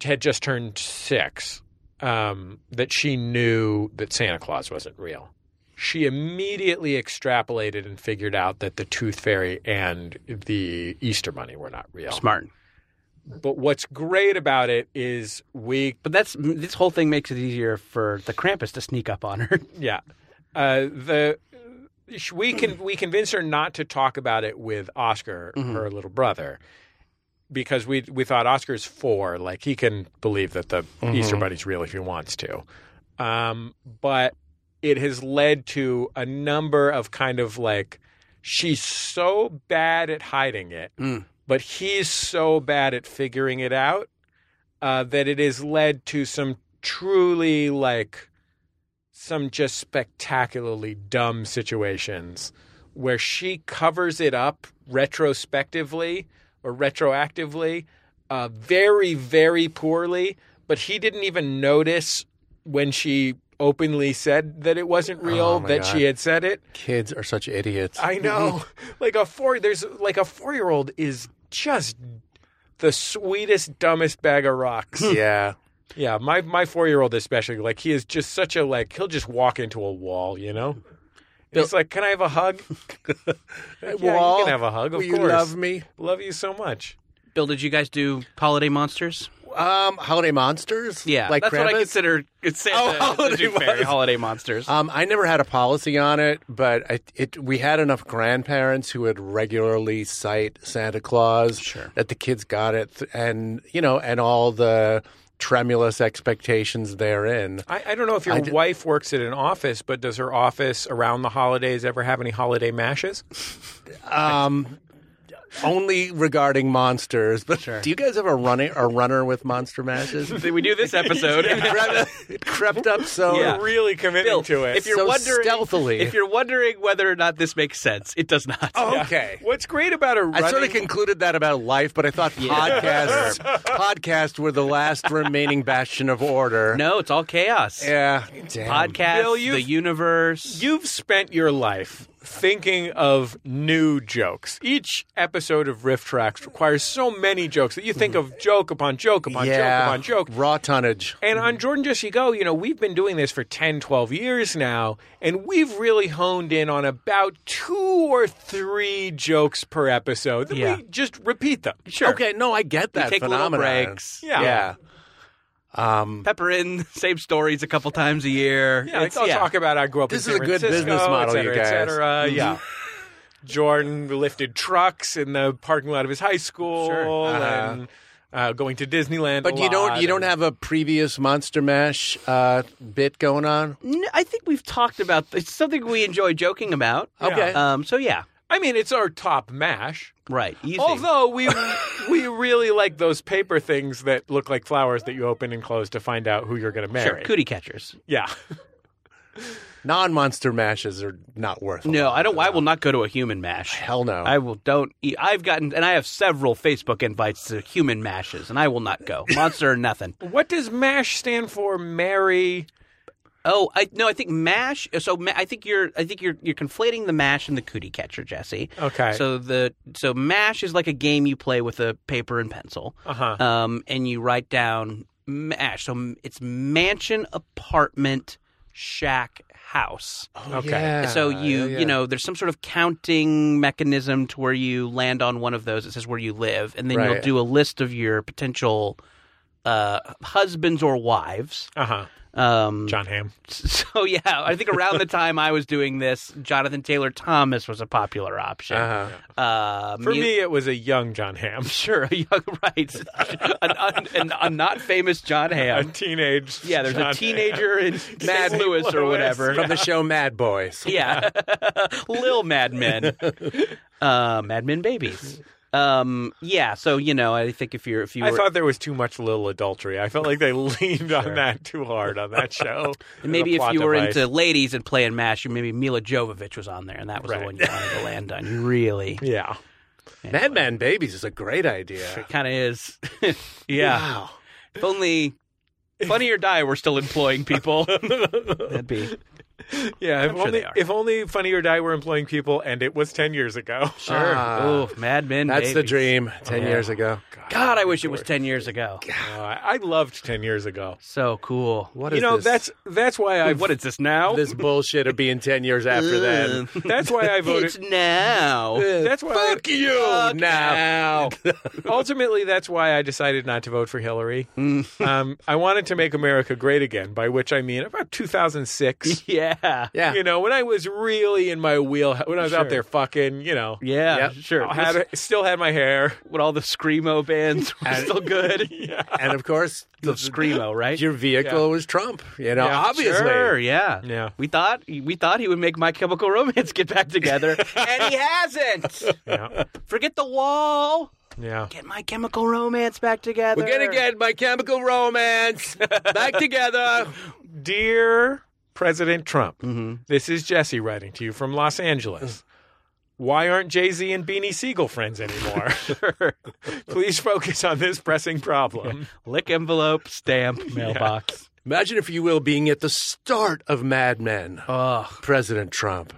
S2: had just turned six, um, that she knew that Santa Claus wasn't real. She immediately extrapolated and figured out that the Tooth Fairy and the Easter Bunny were not real.
S3: Smart.
S2: But what's great about it is we
S3: But that's this whole thing makes it easier for the Krampus to sneak up on her.
S2: Yeah. Uh, the sh- we can we convinced her not to talk about it with Oscar, her little brother, because we we thought Oscar's four, like he can believe that the Easter Bunny's real if he wants to. Um, but it has led to a number of kind of like she's so bad at hiding it,
S4: Hmm.
S3: Mm.
S2: but he's so bad at figuring it out uh, that it has led to some truly like some just spectacularly dumb situations where she covers it up retrospectively or retroactively uh, very, very poorly, but he didn't even notice when she openly said that it wasn't real
S4: Oh, my
S2: that
S4: God.
S2: she had said it.
S4: Kids are such idiots.
S2: I know. like a four there's like a four year old is just the sweetest, dumbest bag of rocks.
S4: yeah.
S2: yeah, my my four year old especially, like he is just such a like he'll just walk into a wall, you know? And It's like, can I have a hug? Like, yeah, you
S4: Wall,
S2: can have a hug, of
S4: will
S2: course.
S4: You love me.
S2: Love you so much.
S3: Bill, did you guys do holiday monsters?
S4: Um, holiday monsters.
S3: Yeah,
S4: Like
S3: that's
S4: Krampus?
S3: what I consider it's Santa,
S4: Oh,
S3: the
S4: holiday
S3: Tooth Fairy,
S4: monsters.
S3: holiday monsters.
S4: Um, I never had a policy on it, but I, it we had enough grandparents who would regularly cite Santa Claus
S3: Sure.
S4: that the kids got it, th- and you know, and all the tremulous expectations therein.
S2: I, I don't know if your
S4: I did-
S2: wife works at an office, but does her office around the holidays ever have any holiday mashes?
S4: Um, only regarding monsters, but do you guys have a running a runner with monster matches? it
S3: we do this episode.
S4: crept- it crept up so
S3: Yeah.
S2: Really committing
S3: Bill,
S2: to it.
S3: if you're
S4: So
S3: wondering,
S4: stealthily.
S3: if you're wondering whether or not this makes sense, it does not.
S4: Oh, okay.
S2: What's great about a running
S4: I sort of concluded that about life, but I thought podcasts podcasts were the last remaining bastion of order.
S3: no, it's all chaos.
S4: Yeah. Damn.
S3: Podcasts,
S2: Bill, you've-
S3: the universe.
S2: You've spent your life thinking of new jokes. Each episode of Riff Tracks requires so many jokes that you think of joke upon joke upon joke upon joke.
S4: raw tonnage.
S2: And on Jordan Just You Go, you know, we've been doing this for 10, 12 years now, and we've really honed in on about two or three jokes per episode. Then
S3: Yeah.
S2: we just repeat them.
S3: Sure.
S4: Okay, no, I get that
S3: take little
S4: phenomenon.
S3: breaks.
S2: Yeah.
S4: yeah.
S3: Pepper in same stories a couple times a year.
S2: Yeah, it's, I'll talk about I grew up
S4: This
S2: in
S4: is
S2: San
S4: a good
S2: Francisco,
S4: business model,
S2: et cetera,
S4: you
S2: et
S4: guys.
S2: cetera.
S3: Mm-hmm.
S2: Yeah. Jordan lifted trucks in the parking lot of his high school
S3: Sure.
S2: and uh, going to Disneyland.
S4: Uh-huh. But
S2: a
S4: you don't
S2: lot
S4: you don't
S2: and-
S4: have a previous Monster Mash uh, bit going on?
S3: N- I think we've talked about it's something we enjoy joking about.
S4: Okay.
S3: Um. So yeah.
S2: I mean, it's our top mash.
S3: Right. Easy.
S2: Although we we really like those paper things that look like flowers that you open and close to find out who you're going to
S3: sure,
S2: marry.
S3: cootie catchers.
S2: yeah.
S4: Non Monster Mashes are not worth. a
S3: No,
S4: lot.
S3: I don't. I will not go to a human mash.
S4: Hell no.
S3: I will don't. Eat. I've gotten and I have several Facebook invites to human mashes, and I will not go. Monster or nothing.
S2: What does mash stand for? Marry.
S3: Oh, I no. I think mash. So ma- I think you're. I think you're. You're conflating the mash and the cootie catcher, Jesse.
S2: Okay.
S3: So the so mash is like a game you play with a paper and pencil,
S2: Uh-huh.
S3: um, and you write down mash. So m- it's mansion, apartment, shack, house.
S2: okay.
S4: Oh, Yeah,
S3: so you
S4: yeah, yeah.
S3: you know there's some sort of counting mechanism to where you land on one of those. It says where you live, and then you'll
S4: Right.
S3: do a list of your potential uh, husbands or wives.
S4: Uh-huh.
S2: Uh huh.
S3: Um,
S2: John Ham.
S3: so yeah, I think around the time I was doing this, Jonathan Taylor Thomas was a popular option.
S4: Uh-huh.
S3: Uh,
S2: For
S3: mu-
S2: me, it was a young John Ham.
S3: sure, yeah, right, an, un, an, a not famous John
S2: a
S3: Ham.
S2: teenage.
S3: Yeah, there's
S2: John
S3: a teenager in Mad
S2: St.
S3: Lewis, or
S2: Louis,
S3: whatever.
S4: from the show Mad Boys.
S3: Yeah, Lil Mad Men, uh, Mad Men babies. Um, yeah, so you know, I think if you're if you
S2: I
S3: were,
S2: thought there was too much little adultery. I felt like they leaned on that too hard on that show. as a
S3: maybe if
S2: plot
S3: you were
S2: device.
S3: into ladies and playing mash, maybe Mila Jovovich was on there, and that was
S2: Right.
S3: the one you wanted to land on. You really
S2: yeah,
S4: Mad Men Babies is a great idea.
S3: It kind of is. yeah.
S4: Wow.
S3: If only Funny or Die were still employing people. That'd be.
S2: yeah. If
S3: sure
S2: only
S3: they are.
S2: if only Funny or Die were employing people, and it was ten years ago.
S3: Sure.
S4: Ah.
S3: oh, Mad Men.
S4: That's the
S3: babies. Oh,
S4: dream. Ten
S3: Yeah.
S4: years ago.
S3: God, I wish it was 10 years ago.
S2: Uh, I loved ten years ago.
S3: So cool.
S4: What is
S2: You know
S4: this?
S2: that's that's why I
S3: What is this now?
S4: this bullshit of being ten years after that.
S2: that's why I
S3: it's
S2: voted.
S3: now.
S2: That's why I-
S4: Fuck you now.
S3: Now.
S2: ultimately that's why I decided not to vote for Hillary.
S3: Mm.
S2: um, I wanted to make America great again, by which I mean about 2006.
S3: Yeah.
S4: Yeah.
S2: You know, when I was really in my wheelhouse, when I was out there fucking, you know,
S3: Yeah,
S4: Yep.
S3: sure.
S2: I had, still had my hair.
S3: when all the screamo bands were still good,
S4: and of course,
S3: the screamo, right?
S4: your vehicle
S2: Yeah.
S4: was Trump. You know,
S2: Yeah.
S4: obviously.
S3: Sure, yeah,
S2: Yeah.
S3: We thought we thought he would make My Chemical Romance get back together, and he hasn't.
S2: Yeah,
S3: Forget the wall.
S2: yeah.
S3: Get My Chemical Romance back together.
S4: We're gonna get my Chemical Romance back together.
S2: Dear President Trump,
S4: Mm-hmm.
S2: this is Jesse writing to you from Los Angeles. Why aren't Jay Z and Beanie Siegel friends anymore? Please focus on this pressing problem.
S3: lick envelope, stamp, mailbox.
S4: Imagine, if you will, being at the start of Mad Men.
S3: Oh,
S4: President Trump,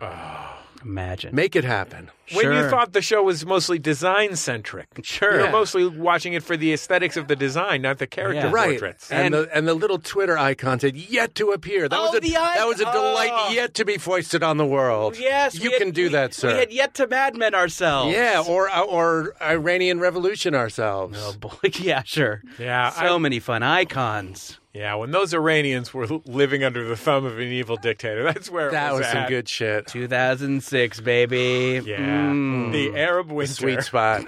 S3: imagine.
S4: make it happen.
S2: When you
S3: Sure.
S2: thought the show was mostly design centric,
S3: Sure.
S2: you're mostly watching it for the aesthetics of the design, not the character
S3: Yeah.
S4: Right,
S2: portraits.
S4: and,
S3: And-
S4: the and the little Twitter icons had yet to appear. That
S3: Oh,
S4: was a
S3: the icon-
S4: that was a delight
S3: oh.
S4: yet to be foisted on the world.
S3: Yes,
S4: you
S3: we had-
S4: can do
S3: we-
S4: that, sir.
S3: We had yet to Mad Men ourselves.
S4: yeah, or or Iranian Revolution ourselves.
S3: oh boy, yeah, sure.
S2: Yeah,
S3: so
S2: I-
S3: many fun icons.
S2: Yeah, when those Iranians were living under the thumb of an evil dictator, that's where it
S4: that
S2: was,
S4: was some
S2: at.
S4: good shit.
S3: 2006, baby.
S2: Yeah,
S3: Mm,
S2: the Arab winter,
S4: Sweet spot.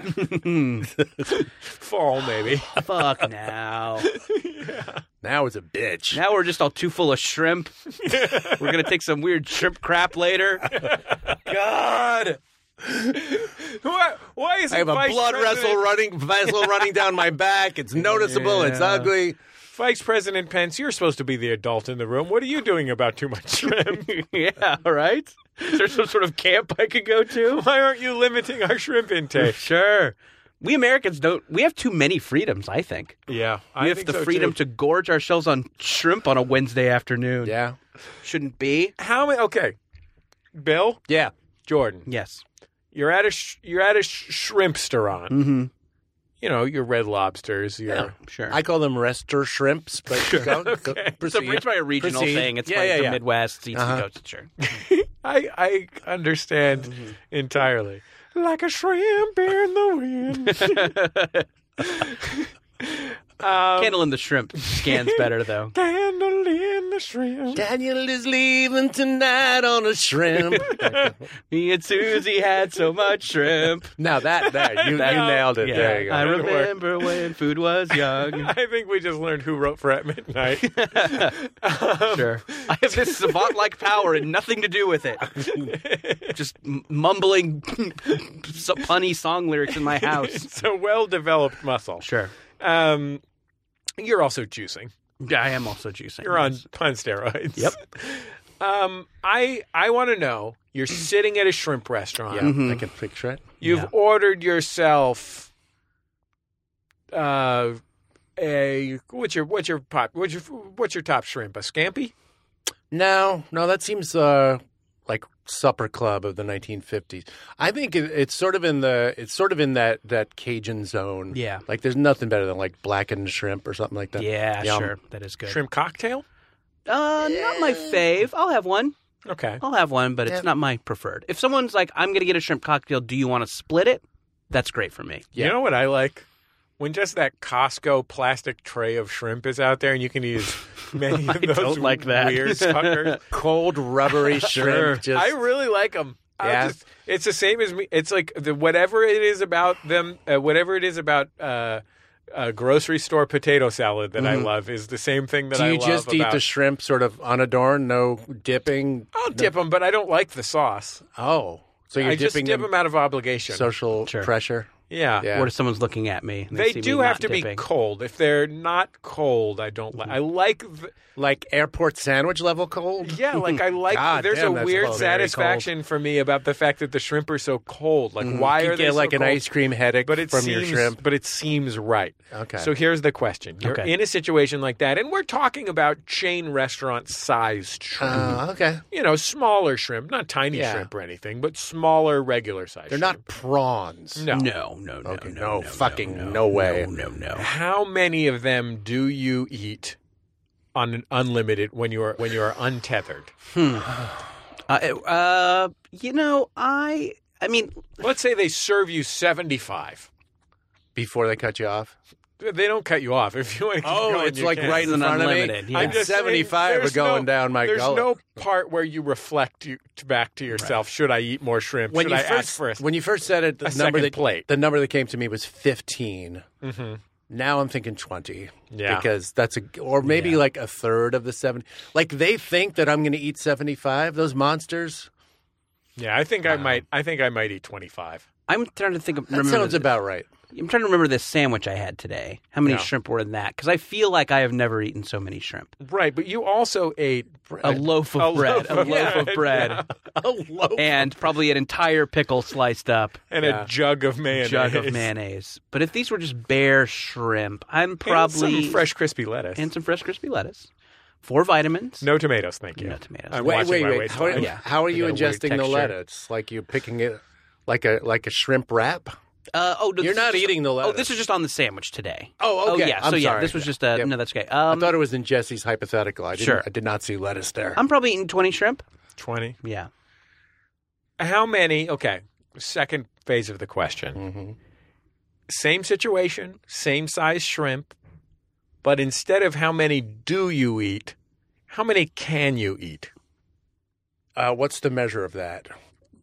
S2: fall maybe.
S3: fuck now.
S4: now it's a bitch.
S3: Now we're just all too full of shrimp. we're gonna take some weird shrimp crap later.
S4: God,
S2: why, why is
S4: I have a
S2: Vice
S4: blood
S2: President,
S4: vessel running vessel running down my back. It's noticeable. It's
S3: Yeah.
S4: ugly.
S2: Vice President Pence? You're supposed to be the adult in the room. What are you doing about too much shrimp?
S3: yeah, all right. Is there some sort of camp I could go to?
S2: why aren't you limiting our shrimp intake?
S3: Sure. We Americans don't. We have too many freedoms. I think
S2: Yeah, I
S3: we have
S2: think
S3: the
S2: so,
S3: freedom
S2: too.
S3: to gorge ourselves on shrimp on a Wednesday afternoon.
S4: Yeah,
S3: shouldn't be.
S2: How many? Okay, Bill,
S4: yeah.
S2: Jordan,
S3: Yes.
S2: you're at a sh- you're at a sh- shrimpsterant.
S3: Mm-hmm.
S2: You know your Red Lobsters. Your,
S4: Yeah.
S3: Sure.
S4: I call them rester shrimps, but go, go,
S3: it's, a,
S4: proceed.
S3: it's probably a regional
S4: Proceed.
S3: thing. It's
S2: Yeah,
S3: like
S2: yeah,
S3: the
S2: yeah.
S3: Midwest eats
S4: Uh-huh.
S3: and goats. Sure.
S2: I I understand entirely. Like a shrimp in the wind.
S3: Candle in the shrimp scans better though.
S2: Candle in the shrimp.
S4: Daniel is leaving tonight on a shrimp.
S3: Me and Susie had so much shrimp.
S4: now that there, you, you nailed it.
S3: Yeah.
S4: There you go.
S3: I
S2: That'll work.
S3: remember when food was young.
S2: I think we just learned who wrote for At Midnight.
S3: sure. I have this savant like power and nothing to do with it. Just m- mumbling so- punny song lyrics in my house.
S2: it's a well developed muscle.
S3: Sure.
S2: Um, you're also juicing.
S3: Yeah, I am also juicing.
S2: You're on on steroids. Yep. Um, I I want to know. You're sitting at a shrimp restaurant.
S4: Yeah, I can picture it.
S2: You've
S3: Yeah.
S2: ordered yourself uh a what's your what's your pop what's your what's your top shrimp a scampi?
S4: No, no, that seems uh, like supper club of the 1950s. I think it, it's sort of in the it's sort of in that that Cajun zone.
S3: Yeah.
S4: like there's nothing better than like blackened shrimp or something like that.
S3: Yeah,
S4: Yum.
S3: sure. That is good.
S2: Shrimp cocktail?
S3: Uh, not my fave. I'll have one.
S2: Okay.
S3: I'll have one, but it's not my preferred. If someone's like, I'm going to get a shrimp cocktail, do you want to split it? That's great for me.
S2: You know what I like? When just that Costco plastic tray of shrimp is out there and you can use many of those
S3: don't like that.
S2: weird suckers.
S4: Cold rubbery shrimp. Just
S2: I really like them.
S4: Yeah.
S2: Just, it's the same as me. It's like the whatever it is about them, uh, whatever it is about uh, uh, grocery store potato salad that I love is the same thing that
S4: do
S2: I
S4: you
S2: love
S4: just eat
S2: about-
S4: the shrimp sort of unadorned, no dipping?
S2: I'll dip them, but I don't like the sauce.
S4: Oh, so you're
S2: I just
S4: dipping
S2: dip
S4: in
S2: them out of obligation.
S4: social
S3: Sure.
S4: pressure.
S2: yeah.
S4: Yeah.
S3: What if someone's looking at me? and
S2: They
S3: see
S2: do
S3: me
S2: have
S3: not
S2: to be
S3: dipping?
S2: cold. If they're not cold, I don't like. I like, the,
S4: Like airport sandwich level cold.
S2: yeah, like I like.
S4: God
S2: there's
S4: damn,
S2: a
S4: that's
S2: weird
S4: cold. Very cold.
S2: satisfaction for me about the fact that the shrimp are so cold. Like, why
S4: Mm-hmm. you
S2: are they
S4: get like
S2: so
S4: an
S2: cold?
S4: ice cream headache
S2: but it
S4: from your
S2: seems,
S4: shrimp.
S2: But it seems right.
S4: Okay.
S2: So here's the question: You're
S3: Okay.
S2: in a situation like that, and we're talking about chain restaurant sized shrimp.
S4: Uh, okay,
S2: you know, smaller shrimp, not tiny
S4: Yeah.
S2: shrimp or anything, but smaller, regular size.
S4: they're not prawns.
S2: No.
S3: No, no, no,
S4: Okay,
S3: no,
S4: no,
S3: no, no,
S4: fucking
S3: no,
S4: no way.
S3: no, no, no.
S2: How many of them do you eat on an unlimited when you are when you are untethered?
S3: Uh, uh, you know, I, I mean,
S2: Let's say they serve you seventy five.
S4: Before they cut you off.
S2: They don't cut you off if you want to. Keep
S4: Oh,
S2: going,
S4: it's
S2: you
S4: like
S2: can.
S4: right
S3: It's
S4: in
S3: an
S4: front of
S3: unlimited,
S4: me.
S3: yeah.
S4: I'm
S3: I'm
S2: just saying,
S4: 75. We're
S2: there's
S4: going
S2: no-
S4: down my
S2: There's
S4: gullet.
S2: no part where you reflect you, back to yourself. Should I eat more shrimp?
S4: when
S2: should
S4: you
S2: I
S4: first,
S2: ask first?
S4: when you first said it, the
S2: A
S4: number
S2: second
S4: that
S2: plate. Mm-hmm.
S4: the number that came to me was 15. Now I'm thinking 20.
S2: Yeah.
S4: because that's a or maybe like a third of the 70. Like they think that I'm going to eat 75. Those monsters.
S2: yeah, I think I might. I think I might eat twenty five.
S3: I'm trying to think of.
S4: That
S3: remember
S4: sounds
S3: the-
S4: about right.
S3: I'm trying to remember this sandwich I had today. How many
S2: Yeah.
S3: shrimp were in that? Because I feel like I have never eaten so many shrimp.
S2: Right, but you also ate
S3: A loaf of
S2: A
S3: bread,
S2: loaf
S3: a
S2: of
S3: loaf of
S2: bread,
S3: bread,
S4: A loaf.
S3: and probably an entire pickle sliced up,
S2: and a jug of mayonnaise,
S3: jug of mayonnaise. But if these were just bare shrimp, I'm probably
S2: and some fresh crispy lettuce
S3: and some fresh crispy lettuce, four vitamins.
S2: no tomatoes. Thank you.
S3: No tomatoes.
S2: I'm
S4: Wait,
S2: watching
S4: wait,
S2: my
S4: wait. How,
S2: waistline.
S4: are-
S3: Yeah.
S4: how are you
S3: got a weird
S4: ingesting the
S3: texture.
S4: lettuce? Like you're picking it like a like a shrimp wrap?
S3: Uh, oh, no,
S4: You're
S3: this
S4: not
S3: is just-
S4: eating the
S3: Oh,
S4: lettuce.
S3: this is just on the sandwich today.
S4: Oh, okay.
S3: Oh, yeah.
S4: I'm
S3: so yeah,
S4: sorry.
S3: this was just
S4: Yeah.
S3: a
S4: Yep.
S3: no. That's okay. Um,
S4: I thought it was in Jesse's hypothetical. I didn't,
S3: Sure.
S4: I did not see lettuce there.
S2: Um,
S3: I'm probably eating twenty shrimp.
S2: Twenty.
S3: Yeah.
S2: How many? Okay. Second phase of the question.
S4: Mm-hmm.
S2: Same situation, same size shrimp, but instead of how many do you eat, how many can you eat?
S4: Uh, what's the measure of that?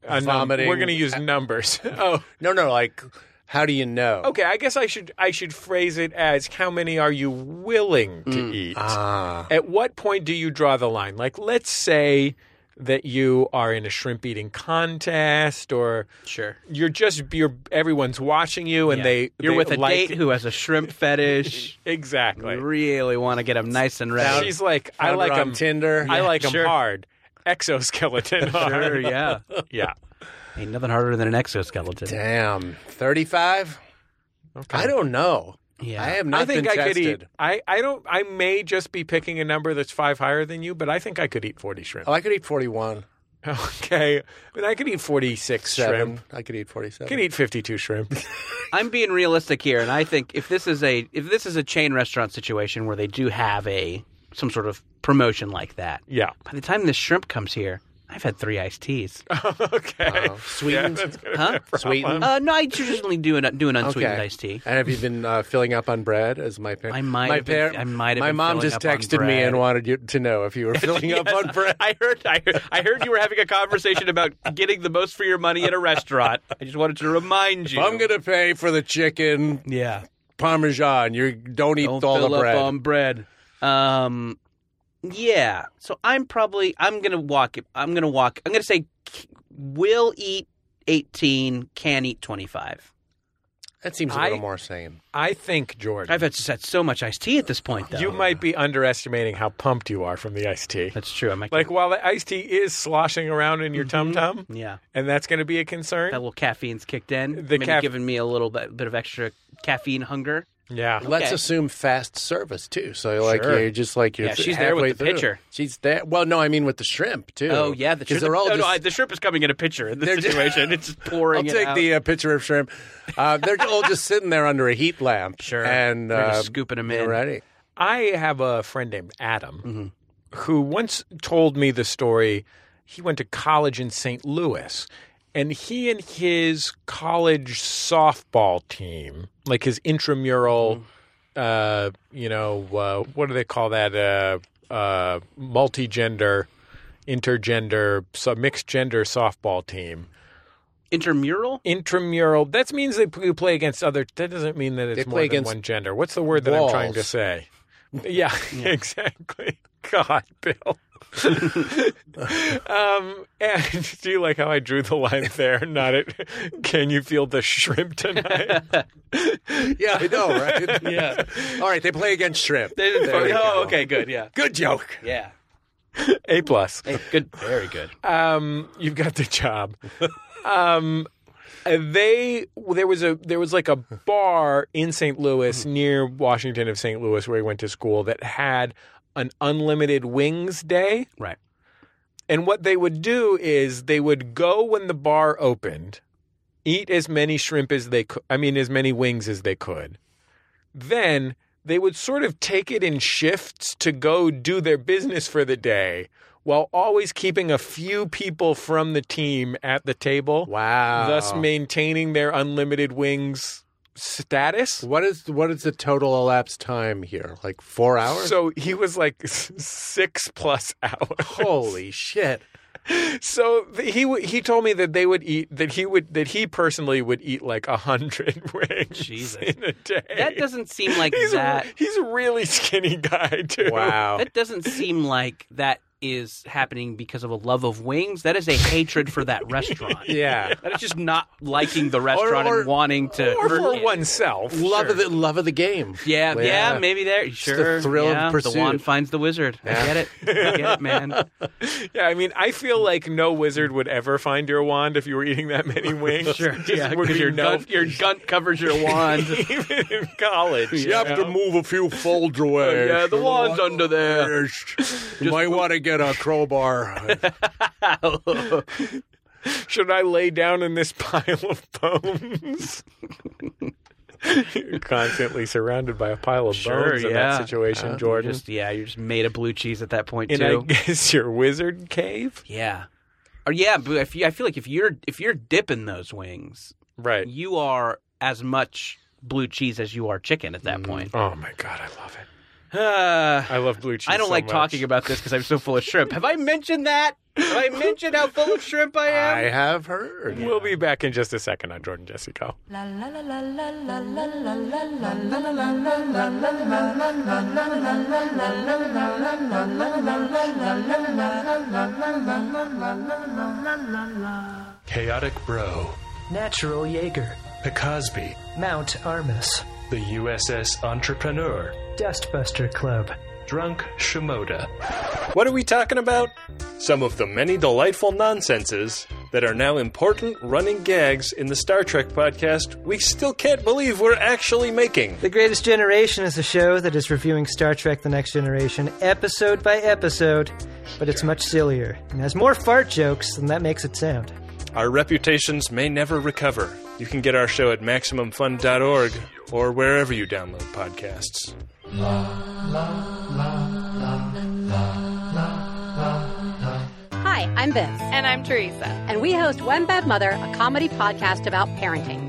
S2: A num-
S4: Vomiting.
S2: um, we're going to use numbers. oh,
S4: No, no. Like, how do you know?
S2: okay. I guess I should I should phrase it as how many are you willing to eat?
S4: Mm. Ah,
S2: At what point do you draw the line? Like, let's say that you are in a shrimp eating contest, or
S3: Sure.
S2: you're just you're everyone's watching you, and
S3: Yeah.
S2: they
S3: you're
S2: they
S3: with a
S2: like
S3: date who has a shrimp fetish.
S2: Exactly.
S3: You really want to get them nice and ready.
S2: She's like, I
S4: found her
S2: like
S4: on
S2: them.
S4: Tinder.
S2: I
S4: Yeah,
S2: like 'em
S3: sure.
S2: hard. Exoskeleton
S3: Sure,
S2: hard.
S3: yeah.
S2: yeah.
S3: Ain't nothing harder than an exoskeleton.
S4: damn, thirty-five.
S2: Okay.
S4: I don't know.
S3: Yeah.
S4: I have not
S2: I think
S4: been
S2: I
S4: tested.
S2: could eat. I, I don't. I may just be picking a number that's five higher than you, but I think I could eat forty shrimp.
S4: Oh, I could Oh, eat forty-one.
S2: Okay. I mean, I could eat 46
S4: Seven.
S2: shrimp.
S4: I could eat
S2: I
S4: forty-seven.
S2: can eat 52 shrimp.
S3: I'm being realistic here, and I think if this is a if this is a chain restaurant situation where they do have a some sort of promotion like that,
S2: yeah.
S3: by the time this shrimp comes here, I've had three iced teas.
S2: okay.
S4: Uh, sweetened.
S3: Huh?
S4: sweetened.
S3: Uh, no, I traditionally do an do an unsweetened
S4: Okay.
S3: Oh, iced tea.
S4: And have you been uh, filling up on bread? As my parents,
S3: I might
S4: My
S3: have been- I might have
S4: My
S3: been
S4: mom
S3: filling
S4: just
S3: up on
S4: texted me
S3: bread.
S4: and wanted you to know if you were filling up
S3: Yes,
S4: on bread.
S3: I heard, I heard. I heard you were having a conversation about getting the most for your money at a restaurant. I just wanted to remind you.
S4: I'm gonna pay for the chicken
S3: Yeah.
S4: parmesan. You don't eat
S3: Don't
S4: all
S3: fill
S4: the bread.
S3: up on bread. Um, yeah. So I'm probably I'm gonna walk. it- I'm gonna walk. I'm gonna say c- will eat eighteen, can eat twenty five.
S4: that seems a
S2: I-
S4: little more sane.
S2: I think, Jordan,
S3: I've had, just had so much iced tea at this point, though.
S2: you might be underestimating how pumped you are from the iced tea.
S3: That's true. I might.
S2: Like, while the iced tea is sloshing around in your tum tum,
S3: Mm-hmm. yeah.
S2: and that's going to be a concern.
S3: That little caffeine's kicked in.
S2: The
S3: maybe
S2: caf-
S3: giving me a little bit, bit of extra caffeine hunger.
S2: yeah.
S4: Let's assume fast service too. So like
S2: Sure.
S4: you're just like you're
S3: Yeah,
S4: th-
S3: she's there with
S4: halfway
S3: the
S4: through.
S3: pitcher.
S4: She's there. Well, no, I mean with the shrimp too.
S3: Oh yeah, the
S4: because
S3: shrimp.
S4: they're all
S3: no,
S4: just.
S3: no, I- the shrimp is coming in a pitcher in
S4: They're
S3: this
S4: just-
S3: situation. it's just pouring.
S4: I'll
S3: it
S4: take
S3: out.
S4: the uh, pitcher of shrimp. Uh, they're all just sitting there under a heat lamp.
S3: Sure.
S4: and
S3: We're just
S4: uh,
S3: scooping 'em
S4: they're
S3: in.
S4: Ready.
S2: I have a friend named Adam
S3: Mm-hmm.
S2: who once told me the story. He went to college in St. Louis, and he and his college softball team, like his intramural,
S3: Mm-hmm.
S2: uh, you know, uh, what do they call that? Uh, uh, multigender, intergender, so mixed gender softball team.
S3: intermural.
S2: Intramural. That means they p- play against other. That doesn't mean that it's
S4: They
S2: more
S4: play
S2: than
S4: against
S2: one gender. What's the word that I'm trying to
S4: walls.
S2: say? Yeah, exactly. God, Bill. um, and do you like how I drew the line there? Not at. Can you feel the shrimp tonight?
S4: Yeah, I know, right?
S3: Yeah.
S4: All right, they play against shrimp.
S3: They didn't
S4: There we
S3: oh,
S4: go.
S3: okay, good. Yeah,
S4: Good joke.
S3: yeah.
S2: A plus.
S3: Hey, good, very good.
S2: um, you've got the job. um, uh, they there was a there was like a bar in St. Louis near Washington of St. Louis where he went to school that had an unlimited wings day.
S3: Right.
S2: And what they would do is they would go when the bar opened, eat as many shrimp as they could, I mean, as many wings as they could. Then they would sort of take it in shifts to go do their business for the day while always keeping a few people from the team at the table,
S4: Wow.
S2: thus
S3: Oh.
S2: maintaining their unlimited wings status.
S4: What is what is the total elapsed time here? Like four hours?
S2: So he was like s- six plus hours.
S4: Holy shit!
S2: So th- he w- he told me that they would eat that he would that he personally would eat like a hundred wings
S3: Jesus.
S2: in a day.
S3: That doesn't seem like
S2: he's
S3: that.
S2: A, he's a really skinny guy too.
S4: Wow.
S3: That doesn't seem like that is happening because of a love of wings. That is a hatred for that restaurant.
S4: Yeah.
S3: That is just not liking the restaurant
S4: or-
S3: and wanting to
S2: Or
S3: hurt
S2: for
S3: it.
S2: oneself.
S4: Love
S2: sure.
S4: of the love of the game.
S3: Yeah, yeah, maybe there.
S4: the
S3: Sure,
S4: thrill of
S3: yeah,
S4: pursuit.
S3: The wand finds the wizard. I get it. I get it, man.
S2: Yeah, I mean, I feel like no wizard would ever find your wand if you were eating that many wings.
S3: Sure,
S2: Just
S3: yeah,
S2: would
S3: because
S2: be
S3: your
S2: no,
S3: gun, your gunt covers your wand.
S2: even in college.
S4: You have to move a few folds away.
S3: yeah, the wand's under there.
S4: You might want to get a crowbar.
S2: Should I lay down in this pile of bones? You're constantly surrounded by a pile of
S3: Sure,
S2: bones in
S3: yeah.
S2: that situation,
S3: Or
S2: Jordan.
S3: just yeah, you're just made of blue cheese at that point
S2: in
S3: too.
S2: I guess your wizard cave,
S3: Yeah. Or yeah, but if you, I feel like if you're if you're dipping those wings,
S2: right?
S3: you are as much blue cheese as you are chicken at that
S4: Mm.
S3: point.
S2: Oh my god, I love it.
S3: Uh,
S2: I love blue cheese.
S3: I don't
S2: so
S3: like
S2: much.
S3: talking about this because I'm so full of shrimp. Have I mentioned that? Have I mentioned how full of shrimp I am?
S4: I have heard.
S2: We'll be back in just a second on Jordan Jesse Go.
S8: Chaotic Bro,
S9: Natural Jaeger,
S8: The Cosby,
S9: Mount Armus,
S8: The USS Entrepreneur,
S9: Dustbuster Club.
S8: Drunk Shimoda.
S10: What are we talking about? Some of the many delightful nonsenses that are now important running gags in the Star Trek podcast we still can't believe we're actually making.
S9: The Greatest Generation is a show that is reviewing Star Trek The Next Generation episode by episode, but it's much sillier and has more fart jokes than that makes it sound.
S10: Our reputations may never recover. You can get our show at MaximumFun.org or wherever you download podcasts.
S11: Hi, I'm Viv. And I'm Teresa. And we host One Bad Mother, a comedy podcast about parenting.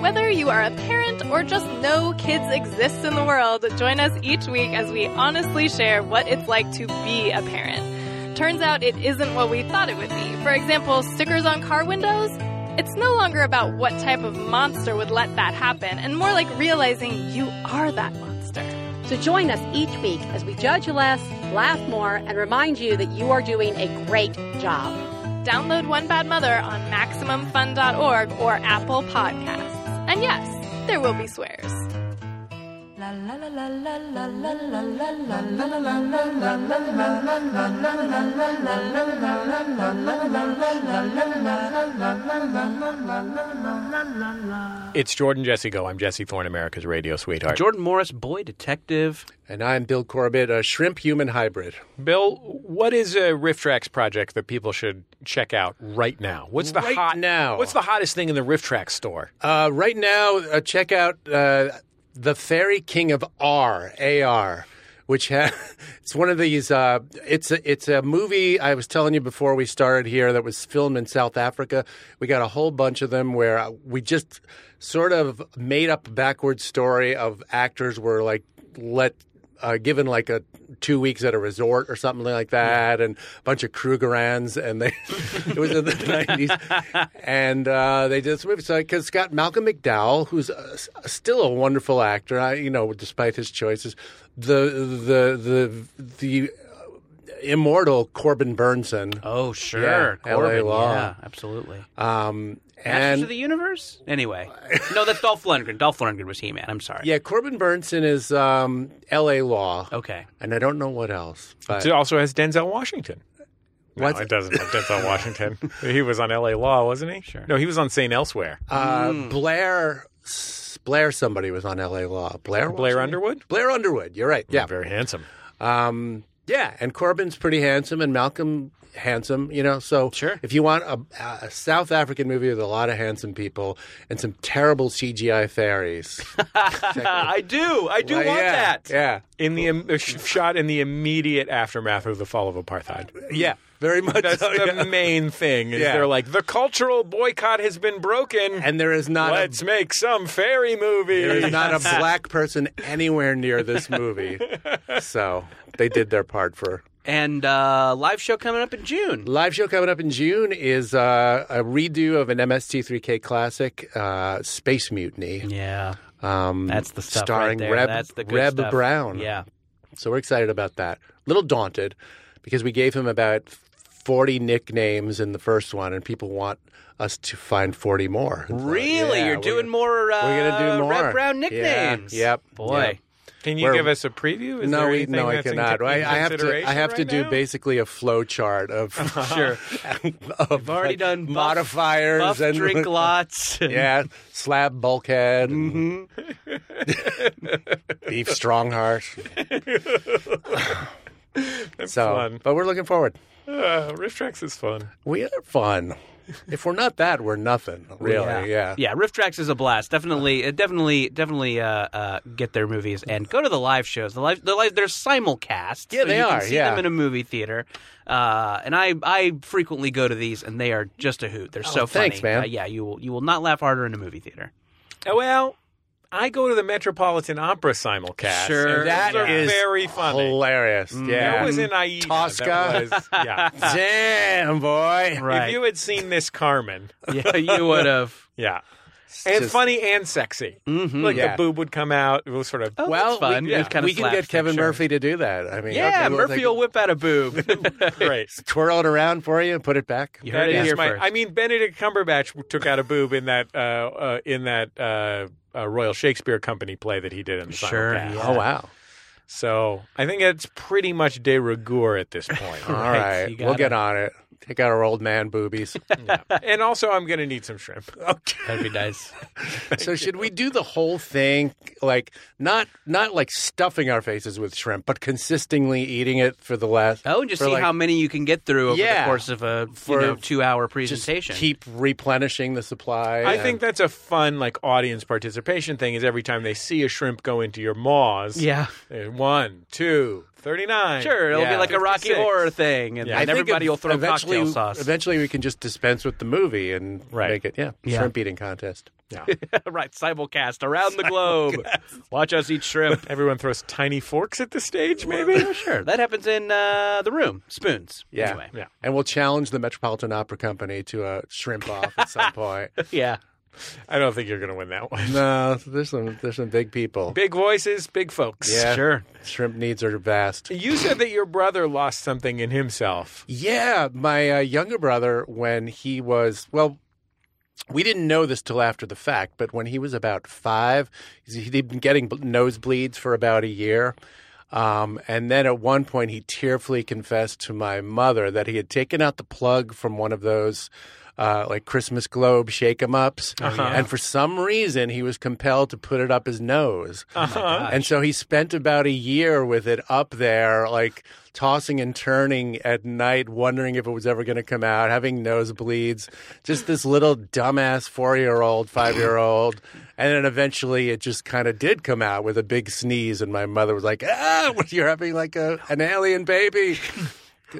S11: Whether you are a parent or just know kids exist in the world, join us each week as we honestly share what it's like to be a parent. Turns out it isn't what we thought it would be. For example, stickers on car windows? It's no longer about what type of monster would let that happen, and more like realizing you are that monster. So join us each week as we judge less, laugh more, and remind you that you are doing a great job. Download One Bad Mother on MaximumFun.org or Apple Podcasts. And yes, there will be swears.
S1: La la la la la la la la la la la la la la la la
S2: It's Jordan Jesse Go. I'm Jesse Thorne, America's radio sweetheart.
S3: Jordan Morris, boy detective.
S4: And I'm Bill Corbett, a shrimp human hybrid.
S2: Bill, what is a RiffTrax project that people should check out right now? What's the
S4: Right
S2: hot
S4: now.
S2: What's the hottest thing in the RiffTrax store?
S4: Uh, right now, uh, check out uh, the Fairy King of R AR, which ha- it's one of these. Uh, it's a, it's a movie I was telling you before we started here that was filmed in South Africa. We got a whole bunch of them where uh, we just sort of made up a backward story of actors were like let uh, given like a two weeks at a resort or something like that, and a bunch of Krugerrands, and they it was in the nineties, and uh, they did this movie. So because Scott Malcolm McDowell, who's uh, s- still a wonderful actor, I, you know, despite his choices, the the the the uh, immortal Corbin Burnson,
S3: Oh, sure.
S4: Yeah, LA
S3: Corbin.
S4: Law.
S3: Yeah, absolutely.
S4: um,
S3: Masters
S4: and
S3: of the Universe? Anyway. No, that's Dolph Lundgren. Dolph Lundgren was He Man. I'm sorry.
S4: yeah, Corbin Burnson is um, L.A. Law,
S3: Okay.
S4: and I don't know what else, but
S2: It also has Denzel Washington. No,
S4: What's-
S2: it doesn't have Denzel Washington. he was on L.A. Law, wasn't he?
S3: Sure.
S2: No, he was on St. Elsewhere.
S4: Uh,
S2: Mm.
S4: Blair, s- Blair, somebody was on L.A. Law.
S2: Blair
S4: Blair, Washington?
S2: Underwood. Mm,
S4: Blair Underwood. You're right. Yeah,
S2: very handsome.
S4: um, yeah. And Corbin's pretty handsome, and Malcolm handsome. You know, so
S3: Sure.
S4: If you want a, a South African movie with a lot of handsome people and some terrible CGI fairies,
S3: I do. I do
S4: Well,
S3: want
S4: yeah,
S3: that.
S4: Yeah,
S2: In the im- uh, sh- shot in the immediate aftermath of the fall of apartheid.
S4: yeah, very much.
S2: That's
S4: so,
S2: the
S4: yeah.
S2: main thing. Is
S4: Yeah.
S2: They're like the cultural boycott has been broken.
S4: And there is not
S2: Let's
S4: a,
S2: make some fairy movie.
S4: there is not a black person anywhere near this movie, so they did their part for
S3: And uh, live show coming up in June.
S4: Live show coming up in June is uh, a redo of an MST3K classic, uh, Space Mutiny.
S3: Yeah.
S4: Um,
S3: That's the stuff
S4: starring
S3: right there.
S4: Reb,
S3: that's the good
S4: Reb
S3: stuff.
S4: Brown. Uh,
S3: Yeah.
S4: So we're excited about that. A little daunted because we gave him about 40 nicknames in the first one, and people want us to find 40 more. And so,
S3: Really?
S4: yeah,
S3: You're
S4: we're
S3: doing
S4: gonna-
S3: more uh,
S4: We're gonna do more
S3: Reb Brown
S4: Yeah,
S3: nicknames.
S4: yep,
S3: Boy.
S4: yep.
S2: Can you
S4: We're-
S2: give us a preview? Is
S4: no,
S2: there
S4: we,
S2: anything
S4: no, I
S2: that's in-
S4: cannot.
S2: in
S4: I, I have to. I
S2: consideration
S4: have to
S2: right
S4: do
S2: now?
S4: basically a flow chart of
S3: Sure.
S4: of
S3: already
S4: like,
S3: done buff-
S4: modifiers
S3: Buff
S4: and
S3: drink lots.
S4: yeah, slab bulkhead, and beef strongheart. so,
S2: fun.
S4: but we're looking forward.
S2: Uh, Riff Tracks is fun.
S4: We are fun. If we're not that, we're nothing. Really, yeah.
S3: Yeah, Rift Tracks is a blast. Definitely, uh, definitely, definitely uh, uh, get their movies and go to the live shows. The live, the live they're simulcast.
S4: Yeah,
S3: so
S4: they
S3: you
S4: are,
S3: Can see
S4: yeah.
S3: them in a movie theater. Uh, and I, I frequently go to these, and they are just a hoot. They're so funny.
S4: Oh, thanks, man.
S3: Uh, yeah, you will, you will not laugh harder in a movie theater.
S2: Uh, Well, I go to the Metropolitan Opera simulcast.
S3: Sure.
S2: and
S4: That
S2: those are
S4: is
S2: very funny.
S4: hilarious. Yeah,
S2: That was in Aida.
S4: Tosca.
S2: That was- yeah.
S4: damn boy.
S2: If
S3: Right.
S2: you had seen this Carmen,
S3: yeah, you would have.
S2: yeah, and
S4: just-
S2: funny and sexy, like the
S4: Yeah.
S2: boob would come out. It was sort of
S3: Mm-hmm, Oh,
S4: well,
S3: that's fun.
S4: we,
S3: It's kinda
S4: we can get
S3: slapstick,
S4: Kevin
S3: sure.
S4: Murphy to do that. I mean,
S3: Yeah,
S4: okay, we'll
S3: Murphy
S4: take-
S3: will whip out a boob.
S2: great.
S4: twirl it around for you and put it back.
S3: You
S2: That
S3: heard it
S2: is
S3: here
S2: my.
S3: first.
S2: I mean, Benedict Cumberbatch took out a boob in that uh, uh, in that uh, uh, Royal Shakespeare Company play that he did in the
S3: Sure,
S2: simulcast.
S3: yeah.
S4: Oh wow.
S2: So I think it's pretty much de rigueur at this point.
S4: All right, we'll get on it. Take out our old man boobies.
S2: And also, I'm going to need some shrimp.
S4: Okay.
S3: That'd be nice.
S4: so should we do the whole thing like not not like stuffing our faces with shrimp, but consistently eating it for the last?
S3: Oh, and just
S4: for,
S3: see
S4: like,
S3: how many you can get through over
S4: Yeah.
S3: the course of a
S4: For-
S3: you know, two hour
S4: just
S3: presentation.
S4: keep replenishing the supply.
S2: I
S4: and-
S2: think that's a fun like audience participation thing. Is every time they see a shrimp go into your maws,
S9: Yeah.
S2: eh, one, two, thirty-nine.
S3: Sure, it'll be like a Rocky
S2: 56.
S3: Horror thing, and
S2: Yeah.
S4: I
S3: then
S4: think
S3: everybody
S4: ev-
S3: will throw
S4: eventually,
S3: cocktail sauce.
S4: Eventually, we can just dispense with the movie and
S2: Right.
S4: make it yeah,
S3: Yeah.
S4: shrimp eating contest.
S2: Yeah.
S3: right, simulcast around the globe. Watch us eat shrimp.
S2: Everyone throws tiny forks at the stage, maybe.
S3: Oh, sure, that happens in uh, the room. Spoons.
S4: Yeah.
S3: Anyway.
S2: Yeah.
S4: And we'll challenge the Metropolitan Opera Company to a shrimp off at some point.
S3: Yeah.
S2: I don't think you're going to win that one.
S4: No, there's some there's some big people.
S2: Big voices, big folks.
S4: Yeah.
S3: Sure.
S4: Shrimp needs are vast.
S2: You said that your brother lost something in himself.
S4: Yeah, my uh, younger brother, when he was well, we didn't know this till after the fact, but when he was about five, he'd been getting bl- nosebleeds for about a year. Um, and then at one point, he tearfully confessed to my mother that he had taken out the plug from one of those. Uh, like Christmas globe shake 'em ups, and for some reason he was compelled to put it up his nose, and so he spent about a year with it up there, like tossing and turning at night, wondering if it was ever going to come out, having nosebleeds, just this little dumbass four year old, five year old. And then eventually it just kind of did come out with a big sneeze. And my mother was like, ah, you're having like a, an alien baby.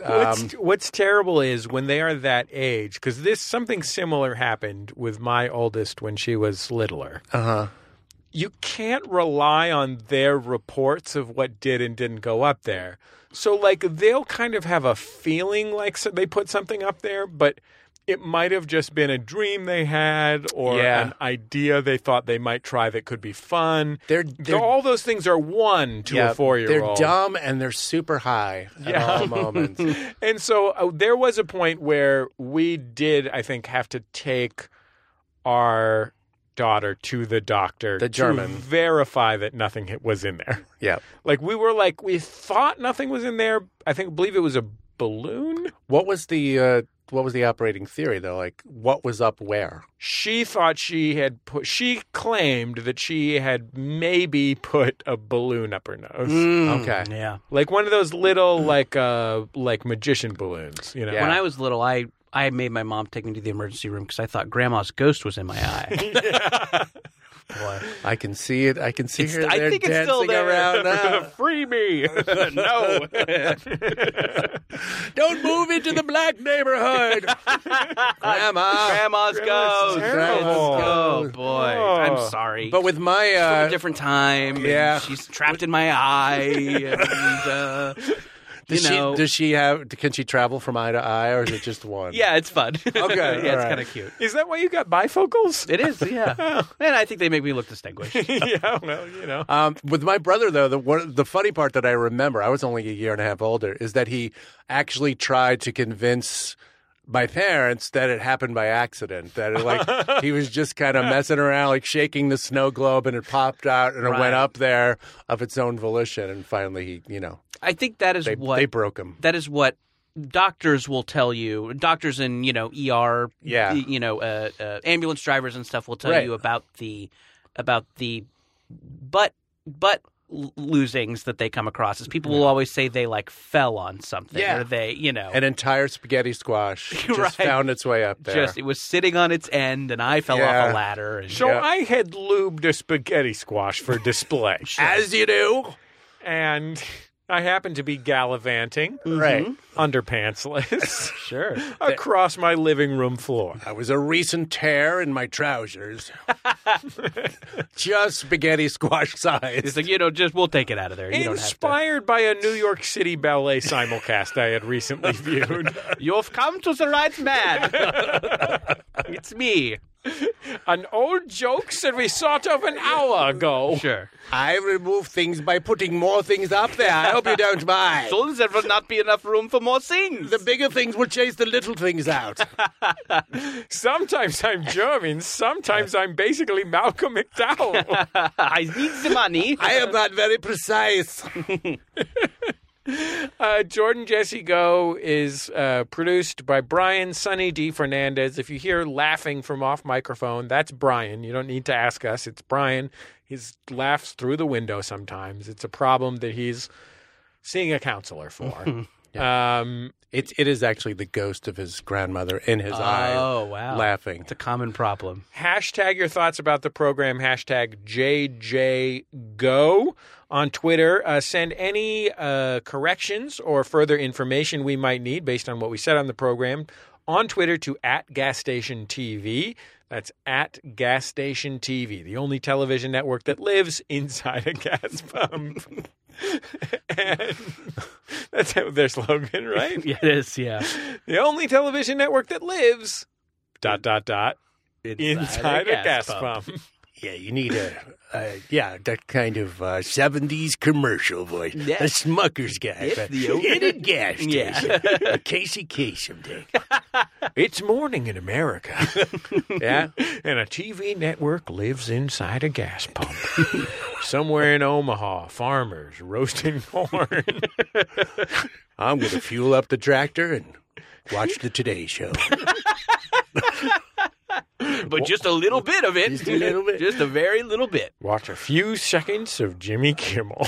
S2: What's,
S4: Um,
S2: what's terrible is when they are that age, because this something similar happened with my oldest when she was littler. Uh huh.
S4: Uh-huh.
S2: You can't rely on their reports of what did and didn't go up there. So, like, they'll kind of have a feeling like so they put something up there, but it might have just been a dream they had or
S4: Yeah.
S2: an idea they thought they might try that could be fun.
S4: They're- they're-
S2: all those things are one to a four year old.
S4: They're dumb and they're super high at
S2: Yeah.
S4: all moments.
S2: And so uh, there was a point where we did, I think, have to take our daughter to the doctor,
S4: The German.
S2: to verify that nothing hi- was in there.
S4: yeah.
S2: Like we were like we thought nothing was in there. I think believe it was a balloon.
S4: What was the. Uh, what was the operating theory though? Like, what was up where?
S2: She thought she had put. She claimed that she had maybe put a balloon up her nose,
S4: okay.
S3: Hmm. Yeah.
S2: like one of those little like uh like magician balloons, you know.
S4: Yeah.
S3: When I was little, I I made my mom take me to the emergency room because I thought grandma's ghost was in my eye. Boy.
S4: I can see it. I can see her.
S3: I
S4: there
S3: think it's still
S4: dancing
S3: there.
S4: around now.
S2: Free me! no.
S4: Don't move into the black neighborhood. Grandma.
S3: Grandma's ghost.
S4: Ah. terrible.
S3: Oh boy. I'm sorry.
S4: But with my
S3: From
S4: uh,
S3: a different time. and
S4: yeah.
S3: She's trapped in my eye. And, uh,
S4: does
S3: you
S4: she
S3: know.
S4: does she have can she travel from eye to eye or is it just one?
S3: yeah, it's fun. Okay.
S4: all
S3: yeah, it's
S4: right.
S3: kind of cute.
S2: Is that why you got bifocals?
S3: It is, yeah. and I think they make me look distinguished.
S2: yeah, well, you know.
S3: Uh,
S4: Um, with my brother though, the one, the funny part that I remember, I was only a year and a half older, is that he actually tried to convince my parents that it happened by accident. That it, like he was just kind of messing around, like shaking the snow globe, and it popped out and it
S3: Right.
S4: went up there of its own volition. And finally, he, you know,
S3: I think that is
S4: they
S3: what
S4: they broke him.
S3: that is what doctors will tell you doctors and you know er
S4: Yeah.
S3: y- you know uh, uh, ambulance drivers and stuff will tell
S4: Right.
S3: you about the about the butt butt l- losings that they come across is people will always say they like fell on something
S4: Yeah.
S3: or they you know
S4: An entire spaghetti squash just
S3: Right.
S4: found its way up there.
S3: just it was sitting on its end and i fell off
S4: Yeah.
S3: a ladder and
S2: So
S4: Yeah.
S2: I had lubed a spaghetti squash for display.
S4: As you do.
S2: and I happened to be gallivanting,
S3: Mm-hmm.
S4: Right.
S2: underpantsless,
S3: sure
S2: across my living room floor.
S4: That was a recent tear in my trousers. just spaghetti squash
S3: it's
S4: size.
S3: like you know just we'll take it out of there you don't have to
S2: Inspired by a New York City ballet simulcast I had recently viewed.
S3: you've come to the right man it's me
S2: An old joke that we thought of an hour ago.
S3: Sure.
S4: I remove things by putting more things up there. I hope you don't mind.
S3: So there will not be enough room for more things.
S4: The bigger things will chase the little things out.
S2: Sometimes I'm German. Sometimes
S3: Uh,
S2: I'm basically Malcolm McDowell.
S3: I need the money.
S4: I am not very precise.
S2: Uh, Jordan Jesse Go is uh, produced by Brian Sunny D. Fernandez. If you hear laughing from off microphone, that's Brian. You don't need to ask us. It's Brian. He laughs through the window sometimes. It's a problem that he's seeing a counselor for. um,
S4: It, it is actually the ghost of his grandmother in his eye.
S3: Oh, wow.
S4: Laughing.
S3: It's a common problem.
S2: hashtag your thoughts about the program hashtag jjgo on twitter uh, send any uh, corrections or further information we might need based on what we said on the program on twitter to at gas station tv that's at gas station tv the only television network that lives inside a gas pump and that's their slogan right
S3: Yeah, It is, yeah.
S2: the only television network that lives dot dot dot inside, a, gas, pump.
S4: Yeah, you need a, a yeah, that kind of uh, 70s commercial voice.
S3: Yeah.
S4: The Smucker's guy.
S3: It's
S4: but
S3: the old-
S4: in a gas
S3: Yeah.
S4: station. Casey Kasem did.
S2: It's morning in America. yeah. And a TV network lives inside a gas pump. Somewhere in Omaha, farmers roasting corn.
S4: I'm going to fuel up the tractor and watch the Today Show.
S3: But just a little bit of it.
S4: Just a little bit.
S3: Just a very little bit.
S2: Watch a few seconds of Jimmy Kimmel.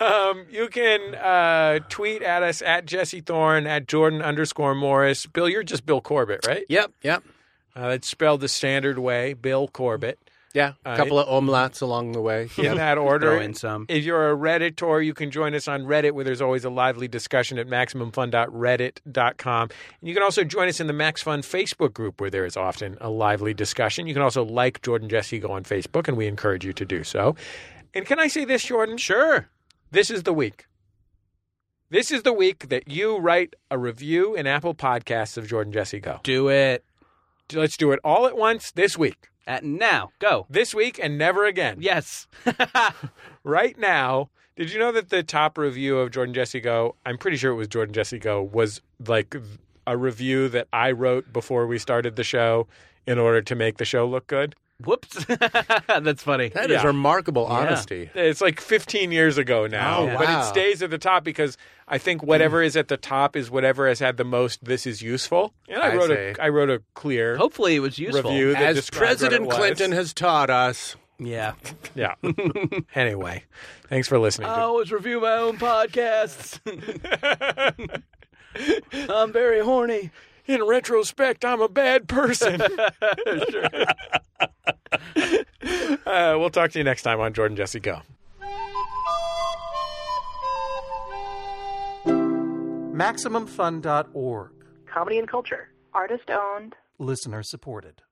S2: um, you can uh, tweet at us at Jesse Thorne, at Jordan underscore Morris. Bill, you're just Bill Corbett, right?
S4: yep, yep.
S2: Uh, it's spelled the standard way, Bill Corbett.
S4: Yeah, a
S2: Uh,
S4: couple of omelets along the way.
S2: in that order.
S3: Throw in some.
S2: If you're a Redditor, you can join us on Reddit, where there's always a lively discussion at MaximumFun.reddit.com. And you can also join us in the Max Fun Facebook group, where there is often a lively discussion. You can also like Jordan Jesse Go on Facebook, and we encourage you to do so. And can I say this, Jordan? Sure. This is the week. This is the week that you write a review in Apple Podcasts of Jordan Jesse Go.
S3: Do it.
S2: Let's do it all at once this week.
S3: At now. Go.
S2: This week and never again
S3: Yes.
S2: right now. Did you know that the top review of Jordan Jesse Go, I'm pretty sure it was Jordan Jesse Go, was like a review that I wrote before we started the show in order to make the show look good?
S3: Whoops. That's funny.
S4: That is
S2: Yeah.
S4: remarkable honesty.
S2: It's like 15 years ago now,
S4: Oh,
S2: but it
S4: wow.
S2: stays at the top because I think whatever is at the top is whatever has had the most this is useful. And I,
S4: I
S2: wrote
S4: see.
S2: a I wrote a clear
S3: Hopefully it was useful.
S2: review that
S4: As
S2: described what it
S4: President
S2: was.
S4: Clinton has taught us,
S3: Yeah.
S2: Yeah. anyway, thanks for listening. to
S3: I always Oh, review my own podcasts. I'm very horny.
S2: in retrospect, I'm a bad person. uh, we'll talk to you next time on Jordan Jesse Go.
S12: MaximumFun.org.
S7: Comedy and culture.
S12: Listener supported.